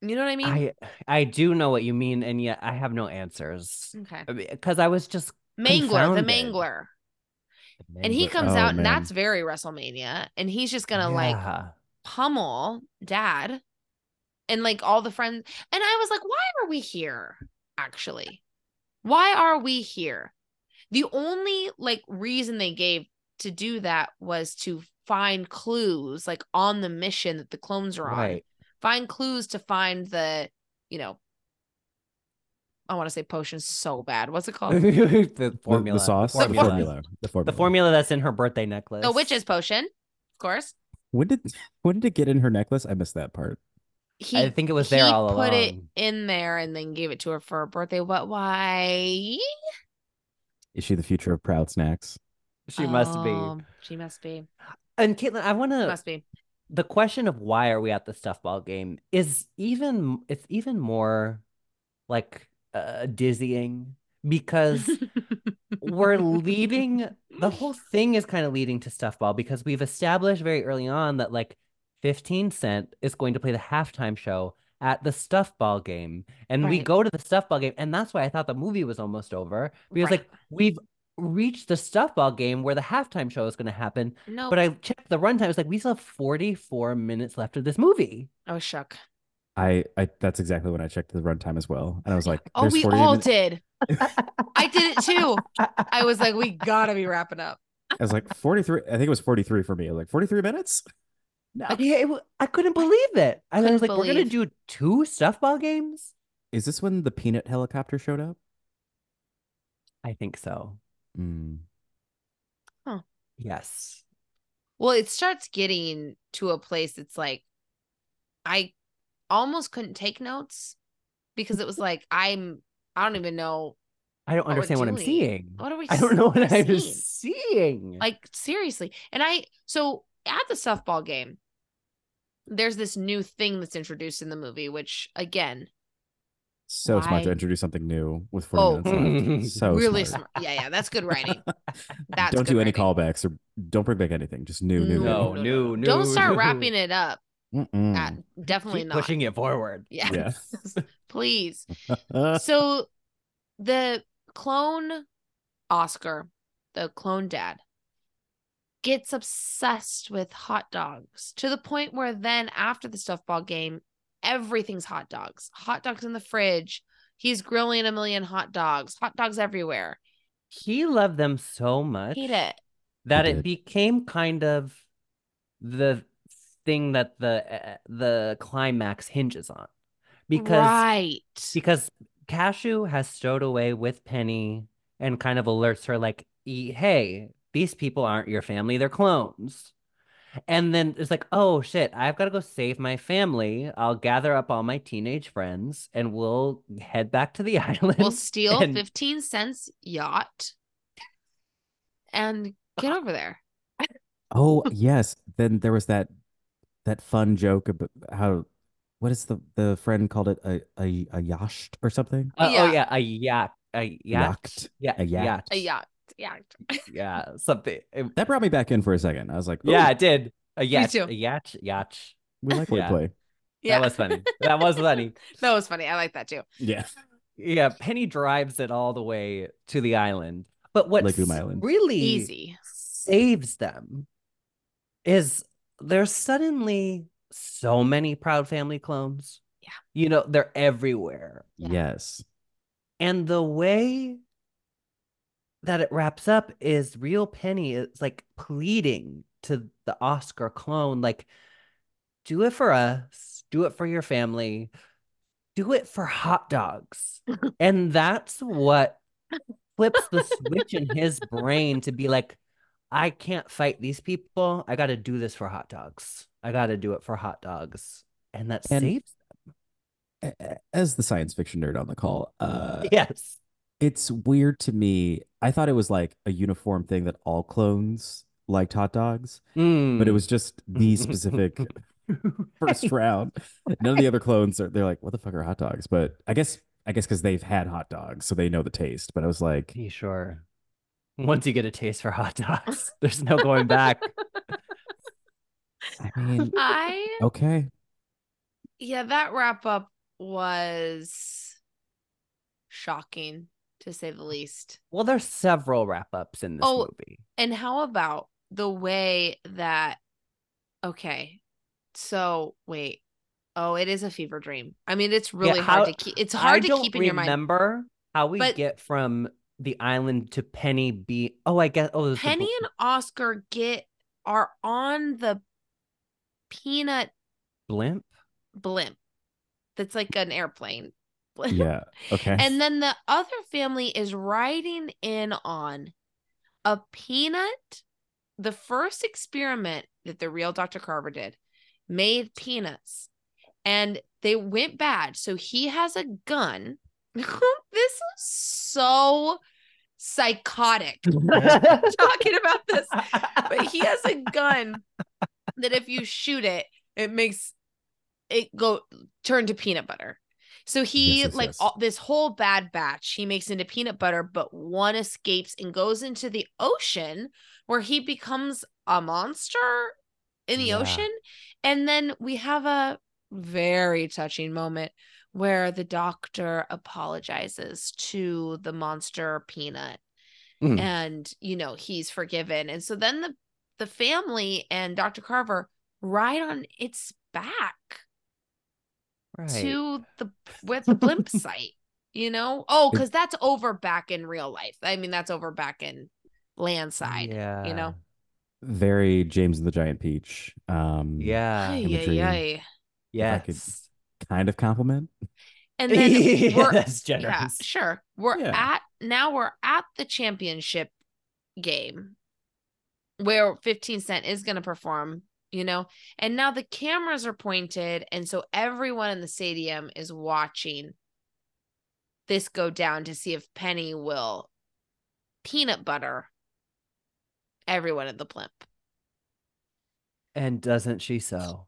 Speaker 1: You know what I mean?
Speaker 2: I I do know what you mean, and yet I have no answers
Speaker 1: okay.
Speaker 2: because I was just
Speaker 1: Mangler, the
Speaker 2: confounded.
Speaker 1: Mangler. And he comes
Speaker 4: Oh,
Speaker 1: out, and
Speaker 4: man.
Speaker 1: that's very WrestleMania. And he's just gonna like
Speaker 2: Yeah.
Speaker 1: pummel dad and like all the friends. And I was like, why are we here? Actually, why are we here? The only like reason they gave to do that was to find clues like on the mission that the clones are on.
Speaker 2: right.
Speaker 1: Find clues to find the, you know, I want to say potion so bad. What's it called?
Speaker 2: the
Speaker 4: The-
Speaker 2: formula,
Speaker 4: the sauce, the
Speaker 1: formula.
Speaker 4: formula, the formula.
Speaker 2: the formula that's in her birthday necklace.
Speaker 1: the witch's potion, of course.
Speaker 4: When did when did it get in her necklace? I missed that part.
Speaker 1: He
Speaker 2: I think it was there
Speaker 1: he
Speaker 2: all
Speaker 1: put it
Speaker 2: along.
Speaker 1: in there and then gave it to her for her birthday. What? Why?
Speaker 4: Is she the future of Proud Snacks?
Speaker 2: She must be.
Speaker 1: Oh, She must be.
Speaker 2: And Caitlin, I want to.
Speaker 1: Must be.
Speaker 2: The question of why are we at the stuffball game is even. It's even more, like, uh, dizzying because we're leading the whole thing is kind of leading to stuffball because we've established very early on that like 15 Cent is going to play the halftime show at the stuffball game. And we
Speaker 1: Right.
Speaker 2: go to the stuffball game. And that's why I thought the movie was almost over. Because
Speaker 1: Right.
Speaker 2: like we've reached the stuffball game where the halftime show is going to happen.
Speaker 1: No,
Speaker 2: But I checked the runtime. It's like we still have 44 minutes left of this movie.
Speaker 1: I was shook.
Speaker 4: I, I that's exactly when I checked the runtime as well, and I was like,
Speaker 1: Oh,
Speaker 4: "There's
Speaker 1: we
Speaker 4: 48
Speaker 1: all
Speaker 4: minutes."
Speaker 1: did. I did it too. I was like, we gotta be wrapping up.
Speaker 4: I was like, 43. I think it was 43 for me. I was like, 43 minutes.
Speaker 2: I, yeah, it, wa- I couldn't believe it. And I was like,
Speaker 1: Couldn't
Speaker 2: we're going to do two stuffball games?
Speaker 4: Is this when the peanut helicopter showed up?
Speaker 2: I think so.
Speaker 4: Mm.
Speaker 2: Yes.
Speaker 1: Well, it starts getting to a place that's like I almost couldn't take notes because it was like I'm I don't even know
Speaker 2: I don't
Speaker 1: we're
Speaker 2: understand what I'm
Speaker 1: doing.
Speaker 2: seeing.
Speaker 1: what are we
Speaker 2: I don't know what
Speaker 1: seeing?
Speaker 2: I'm seeing.
Speaker 1: like seriously. And I so at the softball game there's this new thing that's introduced in the movie which again
Speaker 4: So smart to
Speaker 1: Why?
Speaker 4: introduce something new with 40
Speaker 1: Oh.
Speaker 4: minutes left. So
Speaker 1: really
Speaker 4: smart.
Speaker 1: smart. Yeah, yeah, that's good writing. That's
Speaker 4: don't
Speaker 1: good
Speaker 4: do any
Speaker 1: writing.
Speaker 4: callbacks or don't bring back anything. Just new, new,
Speaker 2: No, no,
Speaker 4: new.
Speaker 2: Mm. no.
Speaker 1: Don't start wrapping it up.
Speaker 4: Mm-mm.
Speaker 1: Uh, definitely
Speaker 2: Keep
Speaker 1: not.
Speaker 2: pushing it forward.
Speaker 1: Yeah.
Speaker 4: Yeah.
Speaker 1: Please.
Speaker 4: Uh,
Speaker 1: so the clone Oscar, the clone dad, gets obsessed with hot dogs to the point where then after the stuffball game, everything's hot dogs. Hot dogs in the fridge. He's grilling a million hot dogs. Hot dogs everywhere.
Speaker 2: He loved them so much
Speaker 1: Hate it.
Speaker 2: that
Speaker 4: He
Speaker 2: it
Speaker 4: did.
Speaker 2: became kind of the thing that the uh, the climax hinges on, because
Speaker 1: right.
Speaker 2: because Cashew has stowed away with Penny and kind of alerts her like, "E- "Hey, these people aren't your family; they're clones." And then it's like, "Oh shit, I've got to go save my family. I'll gather up all my teenage friends and we'll head back to the island."
Speaker 1: We'll steal
Speaker 2: and-
Speaker 1: 15 cents yacht and get over there.
Speaker 4: oh yes. Then there was that that fun joke about how what is the the friend called it a a, a yacht or something?
Speaker 2: Uh, Oh
Speaker 1: Yeah.
Speaker 2: yeah, a yacht, a yacht,
Speaker 4: Yacht.
Speaker 2: yeah,
Speaker 4: A yacht.
Speaker 1: A yacht. Yacht.
Speaker 2: yeah, something. It-
Speaker 4: That brought me back in for a second. I was like, "Ooh,
Speaker 2: yeah, it did. A yacht,
Speaker 1: too.
Speaker 2: a yacht, yacht.
Speaker 4: we like
Speaker 2: Yeah.
Speaker 4: wordplay.
Speaker 1: Yeah.
Speaker 2: That was funny. That was funny.
Speaker 1: that was funny. I like that too.
Speaker 4: Yeah.
Speaker 2: Yeah, Penny drives it all the way to the island. But what
Speaker 4: Legume Island.
Speaker 2: really
Speaker 1: Easy.
Speaker 2: saves them is there's suddenly so many Proud Family clones.
Speaker 1: Yeah.
Speaker 2: You know, they're everywhere.
Speaker 1: Yeah.
Speaker 4: Yes.
Speaker 2: And the way that it wraps up is real Penny is like pleading to the Oscar clone, like, do it for us, do it for your family, do it for hot dogs. and that's what flips the switch in his brain to be like, I can't fight these people. I got to do this for hot dogs. I got to do it for hot dogs. And that
Speaker 4: And-
Speaker 2: saves.
Speaker 4: A- a- As the science fiction nerd on the call, uh,
Speaker 2: Yes.
Speaker 4: It's weird to me. I thought it was like a uniform thing that all clones liked hot dogs, but
Speaker 2: Mm.
Speaker 4: it was just the specific first round. None of the other clones are, they're like, what the fuck are hot dogs? But I guess, I guess because they've had hot dogs, so they know the taste. But I was like,
Speaker 2: Be sure. Once you get a taste for hot dogs, there's no going back.
Speaker 4: I mean,
Speaker 1: I
Speaker 4: okay.
Speaker 1: yeah, that wrap up was shocking to say the least.
Speaker 2: well, there's several wrap ups in this
Speaker 1: Oh,
Speaker 2: movie.
Speaker 1: And how about the way that okay. So wait. Oh, it is a fever dream. I mean, it's really
Speaker 2: how-
Speaker 1: hard to keep it's hard
Speaker 2: I
Speaker 1: to
Speaker 2: don't
Speaker 1: keep in your mind.
Speaker 2: Remember how we
Speaker 1: But-
Speaker 2: get from the island to Penny B. Oh, I guess. Oh, there's the
Speaker 1: Penny
Speaker 2: bo-
Speaker 1: and Oscar get are on the peanut
Speaker 2: blimp.
Speaker 1: blimp. That's like an airplane.
Speaker 4: Yeah. Okay.
Speaker 1: And then the other family is riding in on a peanut. The first experiment that the real Dr. Carver did made peanuts and they went bad. So he has a gun. this is so psychotic talking about this, but he has a gun that if you shoot it, it makes it go turn to peanut butter. So he
Speaker 4: Yes, yes,
Speaker 1: like
Speaker 4: yes.
Speaker 1: all, this whole bad batch he makes into peanut butter, but one escapes and goes into the ocean where he becomes a monster in the
Speaker 2: Yeah.
Speaker 1: ocean. And then we have a very touching moment where the doctor apologizes to the monster peanut
Speaker 2: Mm.
Speaker 1: and you know he's forgiven. And so then the the family and Dr. Carver ride on its back
Speaker 2: Right.
Speaker 1: to the with the blimp site you know oh because that's over back in real life i mean that's over back in land side
Speaker 2: yeah.
Speaker 1: you know
Speaker 4: Very James and the Giant Peach. Um,
Speaker 2: Yeah.
Speaker 1: Ay,
Speaker 4: imagery.
Speaker 1: ay, ay.
Speaker 4: I could-
Speaker 2: Yes.
Speaker 4: Kind of compliment.
Speaker 1: and then
Speaker 2: Yeah,
Speaker 1: we're
Speaker 2: that's
Speaker 1: yeah
Speaker 2: generous.
Speaker 1: sure we're
Speaker 4: Yeah.
Speaker 1: at now we're at the championship game where 15 cent is going to perform you know and now the cameras are pointed and so everyone in the stadium is watching this go down to see if penny will peanut butter everyone at the plimp
Speaker 2: And doesn't she so?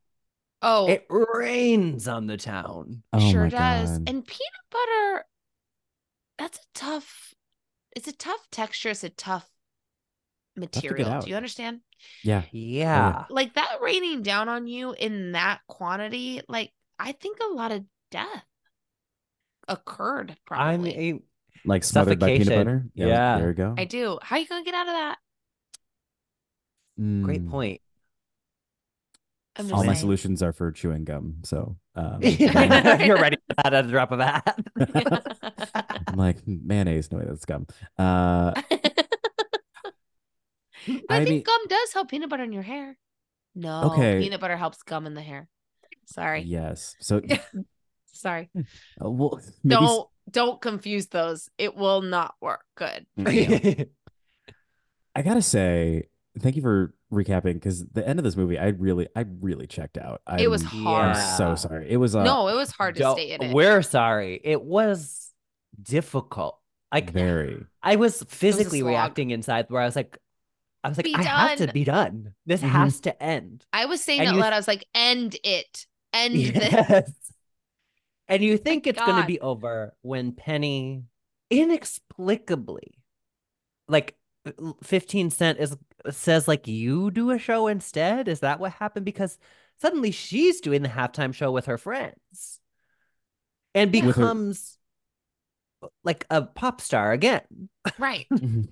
Speaker 1: oh
Speaker 2: It rains on the town.
Speaker 4: Oh
Speaker 1: sure
Speaker 4: my
Speaker 1: does
Speaker 4: God.
Speaker 1: and peanut butter that's a tough it's a tough texture it's a tough
Speaker 4: get
Speaker 1: material
Speaker 4: out.
Speaker 1: do you understand
Speaker 4: yeah.
Speaker 2: Yeah.
Speaker 1: like that raining down on you in that quantity like i think a lot of death occurred
Speaker 2: I
Speaker 1: probably i
Speaker 2: mean,
Speaker 4: Like smothered by peanut
Speaker 2: Suffocation.
Speaker 4: butter.
Speaker 2: Yeah.
Speaker 4: There we go.
Speaker 1: do how you gonna get out of that
Speaker 2: great
Speaker 4: Mm.
Speaker 2: point.
Speaker 1: i'm just
Speaker 4: All my
Speaker 1: saying.
Speaker 4: solutions are for chewing gum. So um,
Speaker 2: You're ready for that at the drop of a hat.
Speaker 4: I'm like mayonnaise. No, wait, that's gum. Uh,
Speaker 1: But I,
Speaker 4: I
Speaker 1: think
Speaker 4: mean-
Speaker 1: gum does help peanut butter in your hair. No,
Speaker 4: Okay.
Speaker 1: peanut butter helps gum in the hair. Sorry,
Speaker 4: yes. So
Speaker 1: sorry.
Speaker 4: uh, well, maybe s-
Speaker 1: Don't don't confuse those. It will not work good.
Speaker 4: Mm, yeah. I gotta say, thank you for recapping because the end of this movie, I really, I really checked out. i
Speaker 1: it was hard.
Speaker 4: I'm so
Speaker 2: Yeah.
Speaker 4: sorry. It was uh,
Speaker 1: no, it was hard to
Speaker 2: Don't-
Speaker 1: stay in it.
Speaker 2: We're sorry. It was difficult. Like
Speaker 4: very.
Speaker 2: I was physically
Speaker 1: slog.
Speaker 2: reacting inside where I was like, I was like,
Speaker 1: Be
Speaker 2: I have to
Speaker 1: done.
Speaker 2: be done. This
Speaker 4: Mhm.
Speaker 2: has to end.
Speaker 1: I was saying
Speaker 2: and
Speaker 1: out
Speaker 2: you-
Speaker 1: loud. I was like, "End it, end this."
Speaker 2: Yes. And you think it's going
Speaker 1: God.
Speaker 2: to be over when Penny inexplicably, like l- 15 Cent is says, like, you do a show instead? Is that what happened? Because suddenly she's doing the halftime show with her friends and
Speaker 4: With her-
Speaker 2: becomes uh, like a pop star again.
Speaker 1: Right?
Speaker 4: Mhm.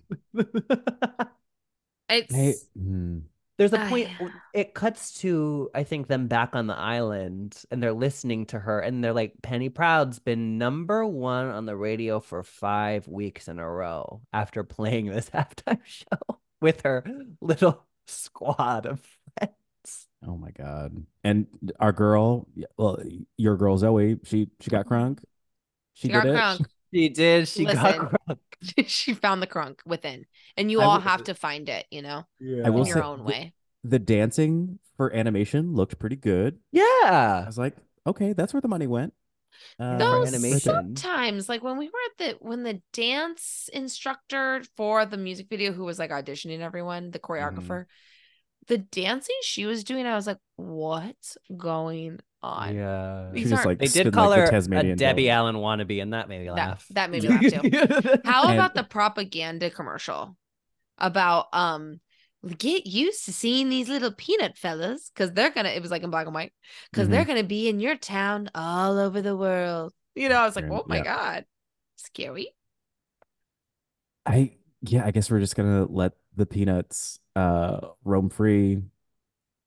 Speaker 1: It's
Speaker 4: I- mm.
Speaker 2: There's a
Speaker 1: Ah,
Speaker 2: point
Speaker 1: yeah.
Speaker 2: w- it cuts to I think them back on the island and they're listening to her and they're like Penny Proud's been number 1 on the radio for 5 weeks in a row after playing this halftime show with her little squad of friends.
Speaker 4: Oh my god! And our girl, y- well, your girl Zoe, she she got crunk.
Speaker 1: she got
Speaker 4: did it.
Speaker 1: crunk.
Speaker 2: She did, she
Speaker 1: Listen.
Speaker 2: got crunk.
Speaker 1: she found the crunk within, and you
Speaker 2: I
Speaker 1: all
Speaker 2: will-
Speaker 1: have to find it. You know,
Speaker 2: Yeah.
Speaker 4: I will
Speaker 1: in
Speaker 4: say
Speaker 1: your own
Speaker 4: the-
Speaker 1: way.
Speaker 4: The dancing for animation looked pretty good. I
Speaker 2: Yeah.
Speaker 4: was like, okay, that's where the money went. Uh,
Speaker 2: for
Speaker 1: Though
Speaker 2: animation.
Speaker 1: sometimes, like when we were at the when the dance instructor for the music video, who was like auditioning everyone,
Speaker 2: Mm.
Speaker 1: the choreographer, the dancing she was doing, I was like, "What's going on?"
Speaker 2: Yeah.
Speaker 1: These
Speaker 4: She just
Speaker 1: aren't-
Speaker 4: like
Speaker 2: They
Speaker 4: spin,
Speaker 2: did call
Speaker 4: like, the
Speaker 2: her a
Speaker 4: Tasmanian
Speaker 2: Debbie
Speaker 4: devil.
Speaker 2: Allen wannabe and that made me laugh.
Speaker 1: that made me laugh,
Speaker 2: too.
Speaker 1: How
Speaker 4: And-
Speaker 1: about the propaganda commercial about um get used to seeing these little peanut fellas because they're gonna it was like in black and white because they're
Speaker 4: Mm-hmm.
Speaker 1: gonna be in your town all over the world. You know, I was like,
Speaker 4: Right,
Speaker 1: oh my
Speaker 4: yeah.
Speaker 1: god, scary.
Speaker 4: I yeah, I guess we're just gonna let the peanuts uh roam free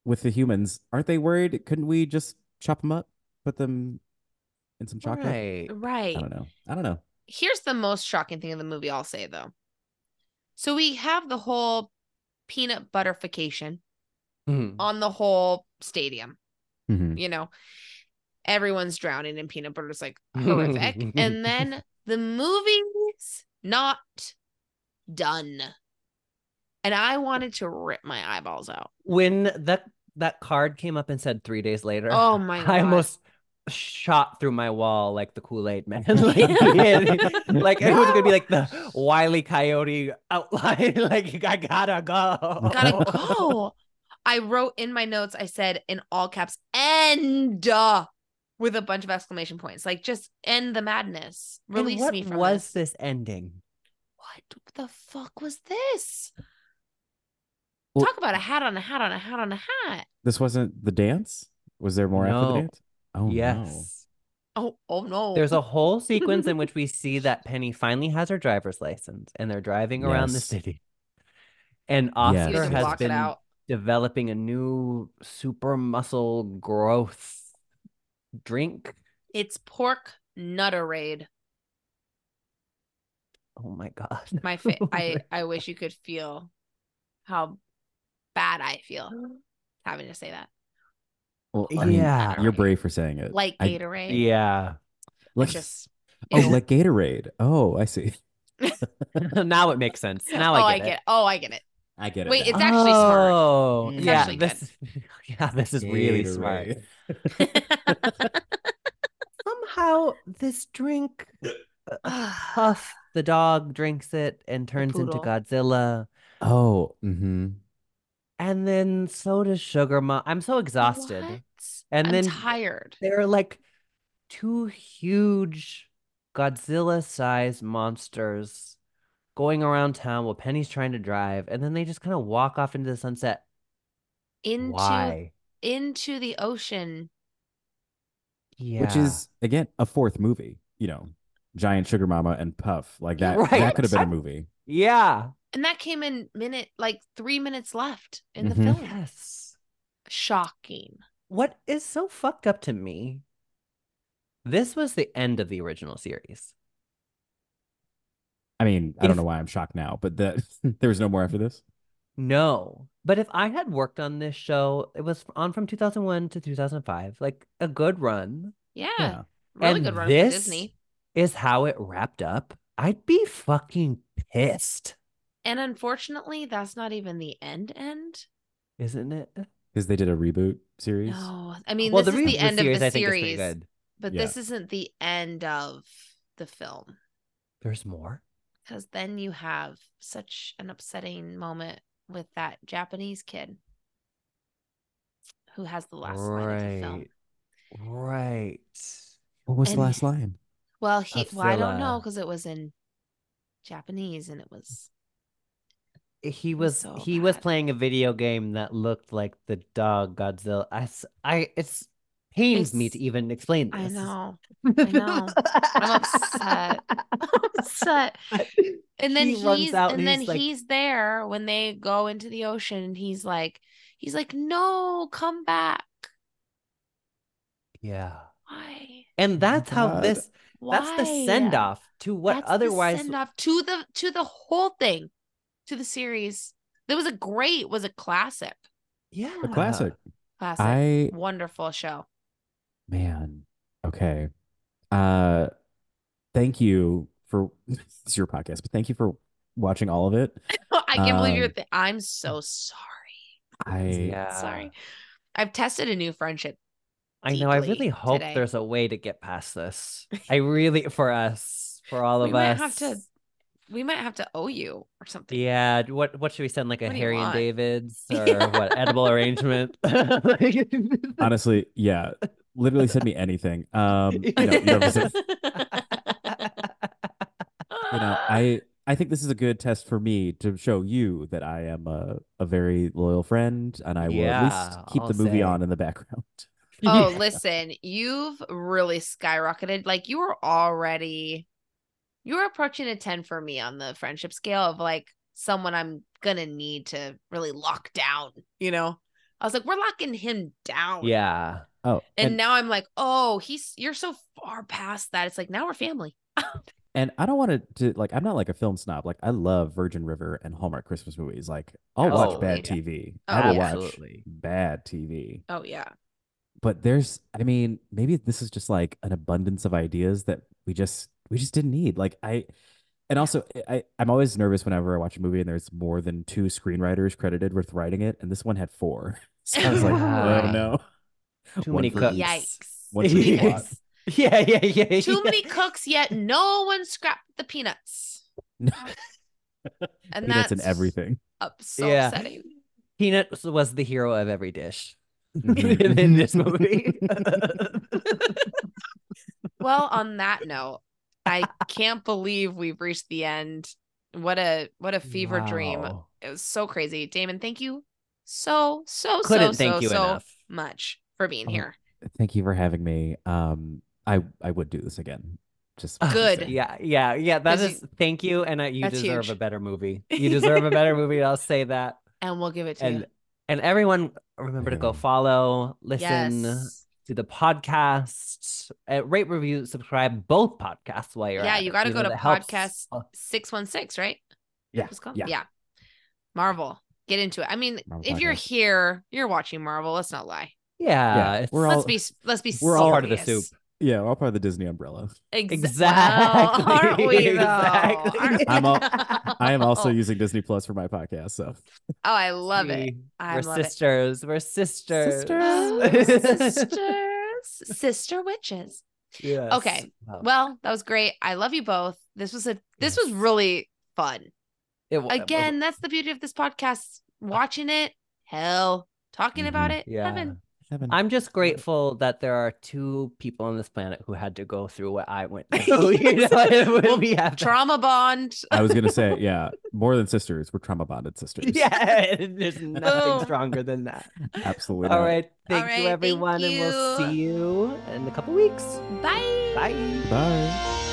Speaker 4: with the humans. Aren't they worried? Couldn't we just chop them up, put them in some chocolate?
Speaker 2: Right.
Speaker 1: Right.
Speaker 4: I don't know. I don't know.
Speaker 1: Here's the most shocking thing in the movie, I'll say though. So we have the whole peanut butterfication
Speaker 2: Mhm.
Speaker 1: on the whole stadium.
Speaker 2: Mm-hmm.
Speaker 4: Mhm.
Speaker 1: you know, everyone's drowning and peanut butter is like horrific. and then the movie's not done. And I wanted to rip my eyeballs out.
Speaker 2: when that that card came up and said three days later
Speaker 1: Oh my
Speaker 2: i
Speaker 1: God.
Speaker 2: almost shot through my wall like the kool-aid man like, it- like it was gonna be like the wily coyote outline like i gotta go
Speaker 1: Gotta Oh, go. I wrote in my notes, I said in all caps, end uh, with a bunch of exclamation points. Like just end the madness. Release
Speaker 2: and what
Speaker 1: me from
Speaker 2: was
Speaker 1: this.
Speaker 2: this ending?
Speaker 1: What the fuck was this?
Speaker 4: Well-
Speaker 1: Talk about a hat on a hat on a hat on a hat.
Speaker 4: This wasn't the dance. Was there more after the
Speaker 2: No.
Speaker 4: dance? Oh no.
Speaker 2: yes.
Speaker 1: Oh, oh no.
Speaker 2: There's a whole sequence in which we see that Penny finally has her driver's license and they're driving around the
Speaker 4: Yes.
Speaker 2: city. And
Speaker 4: Yes.
Speaker 1: you
Speaker 2: Oscar
Speaker 1: just
Speaker 4: There
Speaker 2: has
Speaker 1: block it
Speaker 2: been
Speaker 1: out.
Speaker 2: developing a new super muscle growth drink.
Speaker 1: It's pork nutterade.
Speaker 2: Oh my god.
Speaker 1: My fa- I I wish you could feel how bad I feel having to say that.
Speaker 4: Well, I mean,
Speaker 2: yeah.
Speaker 1: mean,
Speaker 4: You're brave for saying it.
Speaker 1: Like
Speaker 4: I-
Speaker 1: Gatorade.
Speaker 2: Yeah.
Speaker 1: I
Speaker 4: Like,
Speaker 1: just
Speaker 4: oh,
Speaker 1: Ew.
Speaker 4: like Gatorade. Oh, I see.
Speaker 2: now it makes sense. Now
Speaker 1: oh,
Speaker 2: I get it.
Speaker 1: Oh, I get it.
Speaker 4: I get
Speaker 1: Wait,
Speaker 4: now.
Speaker 1: it's actually smart.
Speaker 2: Oh,
Speaker 4: It's
Speaker 2: yeah,
Speaker 1: actually good.
Speaker 2: this, yeah, this is really smart.
Speaker 4: Gatorade.
Speaker 2: Somehow, this drink, uh, Huff the dog drinks it and turns into
Speaker 1: poodle.
Speaker 2: Godzilla,
Speaker 4: Oh, mm-hmm.
Speaker 2: and then so does Sugar Mom. I'm so exhausted.
Speaker 1: What?
Speaker 2: And
Speaker 1: I'm
Speaker 2: then
Speaker 1: tired.
Speaker 2: there are like two huge Godzilla-sized monsters going around town while Penny's trying to drive, and then they just kind of walk off into the sunset.
Speaker 1: Into
Speaker 2: Why?
Speaker 1: into the ocean.
Speaker 2: Yeah.
Speaker 4: Which is again a fourth movie. You know, Giant Sugar Mama and Puff. Like that.
Speaker 2: Right.
Speaker 4: That could have been a movie.
Speaker 2: yeah.
Speaker 1: And that came in minute like three minutes left in the
Speaker 2: Mm-hmm.
Speaker 4: Mhm.
Speaker 1: film.
Speaker 2: Yes.
Speaker 1: Shocking.
Speaker 2: What is so fucked up to me? This was the end of the original series.
Speaker 4: I mean, I don't
Speaker 2: If-
Speaker 4: know why I'm shocked now, but that there was no more after this.
Speaker 2: No. But if I had worked on this show, it was on from 2001 to 2005, like a good run,
Speaker 1: Yeah.
Speaker 4: Yeah.
Speaker 1: Really
Speaker 2: And
Speaker 1: good run
Speaker 2: this-
Speaker 1: for Disney.
Speaker 2: is how it wrapped up. I'd be fucking pissed,
Speaker 1: And unfortunately, that's not even the end end.
Speaker 2: isn't it?
Speaker 4: Because they did a reboot series.
Speaker 1: No. I mean,
Speaker 2: well,
Speaker 1: this
Speaker 2: the
Speaker 1: is
Speaker 2: reboot
Speaker 1: the end
Speaker 2: series,
Speaker 1: of the
Speaker 2: I think, is pretty
Speaker 1: series.
Speaker 2: good.
Speaker 1: But
Speaker 4: Yeah.
Speaker 1: this isn't the end of the film.
Speaker 2: There's more.
Speaker 1: Because then you have such an upsetting moment with that Japanese kid who has the last line of the film.
Speaker 2: right. Right.
Speaker 4: What was
Speaker 1: And-
Speaker 4: the last line?
Speaker 1: Well, he. Well, I don't know
Speaker 2: Godzilla.
Speaker 1: because it was in Japanese and it was.
Speaker 2: He
Speaker 1: was
Speaker 2: was
Speaker 1: so
Speaker 2: he was
Speaker 1: bad.
Speaker 2: playing a video game that looked like the dog Godzilla. I, s- I it's pains me to
Speaker 1: It's-
Speaker 2: even explain this.
Speaker 1: I know. I know. I'm upset. upset. And then
Speaker 2: He runs
Speaker 1: he's
Speaker 2: out
Speaker 1: and,
Speaker 2: and
Speaker 1: then
Speaker 2: he's like-
Speaker 1: he's there when they go into the ocean and he's like he's like no come back
Speaker 2: Yeah.
Speaker 1: why
Speaker 2: And that's how
Speaker 4: God.
Speaker 2: this
Speaker 1: Oh why
Speaker 2: that's the send off to what
Speaker 1: That's the
Speaker 2: otherwise
Speaker 1: send off to the to the whole thing to the series that was a great was a classic
Speaker 2: yeah.
Speaker 4: A classic.
Speaker 1: classic
Speaker 4: I
Speaker 1: wonderful show
Speaker 4: man. Okay. Uh thank you for this is your podcast, but thank you for watching all of it.
Speaker 1: I can't believe you're
Speaker 4: Um,
Speaker 1: th- I'm so sorry
Speaker 4: I
Speaker 2: Yeah.
Speaker 1: sorry I've tested a new friendship
Speaker 2: I know I really
Speaker 1: deeply
Speaker 2: hope
Speaker 1: today.
Speaker 2: there's a way to get past this. I really for us, for all
Speaker 1: We
Speaker 2: of
Speaker 1: might
Speaker 2: us.
Speaker 1: have to- we might have to owe you or something
Speaker 2: Yeah, what what should we send like a
Speaker 1: What do you
Speaker 2: Harry and
Speaker 1: want?
Speaker 2: David's or
Speaker 1: Yeah.
Speaker 2: what edible arrangement? Honestly.
Speaker 4: Honestly, yeah. Literally send me anything. Um no, you don't have to send- you know, I I think this is a good test for me to show you that I am a, a very loyal friend and I will at least
Speaker 2: Yeah,
Speaker 4: keep
Speaker 2: I'll
Speaker 4: the movie
Speaker 2: say.
Speaker 4: on in the background.
Speaker 1: Oh, listen, you've really skyrocketed. Like you were already you were approaching a 10 for me on the friendship scale of like someone I'm gonna need to really lock down, you know? I was like, we're locking him down.
Speaker 2: Yeah.
Speaker 4: Oh,
Speaker 1: And, now I'm like, oh, he's you're so far past that. It's like now we're family.
Speaker 4: And I don't want to like I'm not like a film snob. Like I love Virgin River and Hallmark Christmas movies. Like I'll watch bad TV. I
Speaker 1: Oh,
Speaker 4: will
Speaker 1: yeah.
Speaker 4: watch bad TV.
Speaker 1: Oh yeah.
Speaker 4: But there's I mean, maybe this is just like an abundance of ideas that we just we just didn't need. Like I and also I I'm always nervous whenever I watch a movie and there's more than two screenwriters credited with writing it and this one had four. So I was like,
Speaker 2: Wow.
Speaker 4: oh no.
Speaker 2: Too
Speaker 4: One
Speaker 2: many
Speaker 4: for
Speaker 2: cooks.
Speaker 4: each.
Speaker 1: Yikes.
Speaker 4: What's your plot?
Speaker 1: Yes.
Speaker 2: Yeah, yeah, yeah.
Speaker 1: Too many
Speaker 2: yeah.
Speaker 1: cooks, yet no one scrapped the peanuts.
Speaker 4: No.
Speaker 1: And
Speaker 4: Peanuts in
Speaker 1: that's
Speaker 4: everything.
Speaker 1: up so
Speaker 2: Yeah.
Speaker 1: upsetting.
Speaker 2: Peanut was the hero of every dish.
Speaker 4: Mhm.
Speaker 2: in, in this movie.
Speaker 1: Well, on that note, I can't believe we've reached the end. What a what a fever dream.
Speaker 2: Wow.
Speaker 1: It was so crazy. Damon, thank you so, Oh, so,
Speaker 2: Couldn't
Speaker 1: so,
Speaker 2: thank
Speaker 1: so,
Speaker 2: you
Speaker 1: so
Speaker 2: enough.
Speaker 1: much for being
Speaker 4: Oh,
Speaker 1: here.
Speaker 4: Thank you for having me. Um, I I would do this again. Just to
Speaker 1: Good.
Speaker 4: say.
Speaker 2: Yeah, yeah, yeah. That
Speaker 1: Does
Speaker 2: is thank you, and uh, you
Speaker 1: That's
Speaker 2: deserve a
Speaker 1: huge.
Speaker 2: better movie. You deserve a better movie. I'll say that.
Speaker 1: And we'll give it to
Speaker 2: And and everyone, remember to go
Speaker 4: Everyone.
Speaker 2: follow,
Speaker 1: you.
Speaker 2: listen
Speaker 1: Yes.
Speaker 2: to the podcast, uh, rate, review, subscribe both podcasts while you're
Speaker 1: Yeah,
Speaker 2: at
Speaker 1: you
Speaker 2: it.
Speaker 1: gotta
Speaker 2: You
Speaker 1: go
Speaker 2: know,
Speaker 1: to
Speaker 2: that helps.
Speaker 1: podcast-
Speaker 2: Oh,
Speaker 1: Six one six, right?
Speaker 4: Yeah,
Speaker 1: It's called?
Speaker 4: yeah.
Speaker 1: Marvel. Get into it. I mean,
Speaker 4: Marvel
Speaker 1: if you're
Speaker 4: podcast.
Speaker 1: here, you're watching Marvel. Let's not lie.
Speaker 2: yeah, it's-
Speaker 4: We're
Speaker 1: let's
Speaker 4: all-
Speaker 1: be let's be
Speaker 4: we're all
Speaker 2: part of the
Speaker 1: serious.
Speaker 2: soup.
Speaker 4: Yeah, we're all part of the Disney umbrella.
Speaker 2: Oh,
Speaker 1: Ex-
Speaker 2: Exactly.
Speaker 1: Well, oh, aren't we though?
Speaker 2: Exactly.
Speaker 1: Aren't we
Speaker 4: I'm all-
Speaker 1: though?
Speaker 4: I
Speaker 2: oh,
Speaker 4: am also using Disney Plus for my podcast, so
Speaker 1: Oh, I love it.
Speaker 2: see,
Speaker 1: I
Speaker 2: we're
Speaker 1: love it. Oh,
Speaker 2: sisters. We're sisters.
Speaker 1: sisters, sister witches.
Speaker 2: Yes.
Speaker 1: Okay,
Speaker 2: Well,
Speaker 1: Well, that was great. I love you both. This was a this was
Speaker 2: Yes. Oh,
Speaker 1: really fun.
Speaker 2: it wa-
Speaker 1: Again, that's the beauty of this podcast. Watching it, hell, talking about it,
Speaker 2: Mm-hmm. Yeah.
Speaker 1: heaven.
Speaker 4: Heaven.
Speaker 2: I'm just grateful that there are two people on this planet who had to go through what I went through. you know, it would be have to-
Speaker 1: Trauma bond.
Speaker 4: I was gonna say, yeah, more than sisters, we're trauma bonded sisters.
Speaker 2: Yeah, there's nothing
Speaker 1: Boom.
Speaker 2: stronger than that.
Speaker 4: absolutely.
Speaker 2: All
Speaker 4: not.
Speaker 2: right, thank
Speaker 1: right,
Speaker 2: you,
Speaker 1: thank
Speaker 2: everyone, and we'll
Speaker 1: you.
Speaker 2: see you in a couple weeks.
Speaker 1: Bye.
Speaker 2: Bye.
Speaker 4: Bye.
Speaker 1: Bye.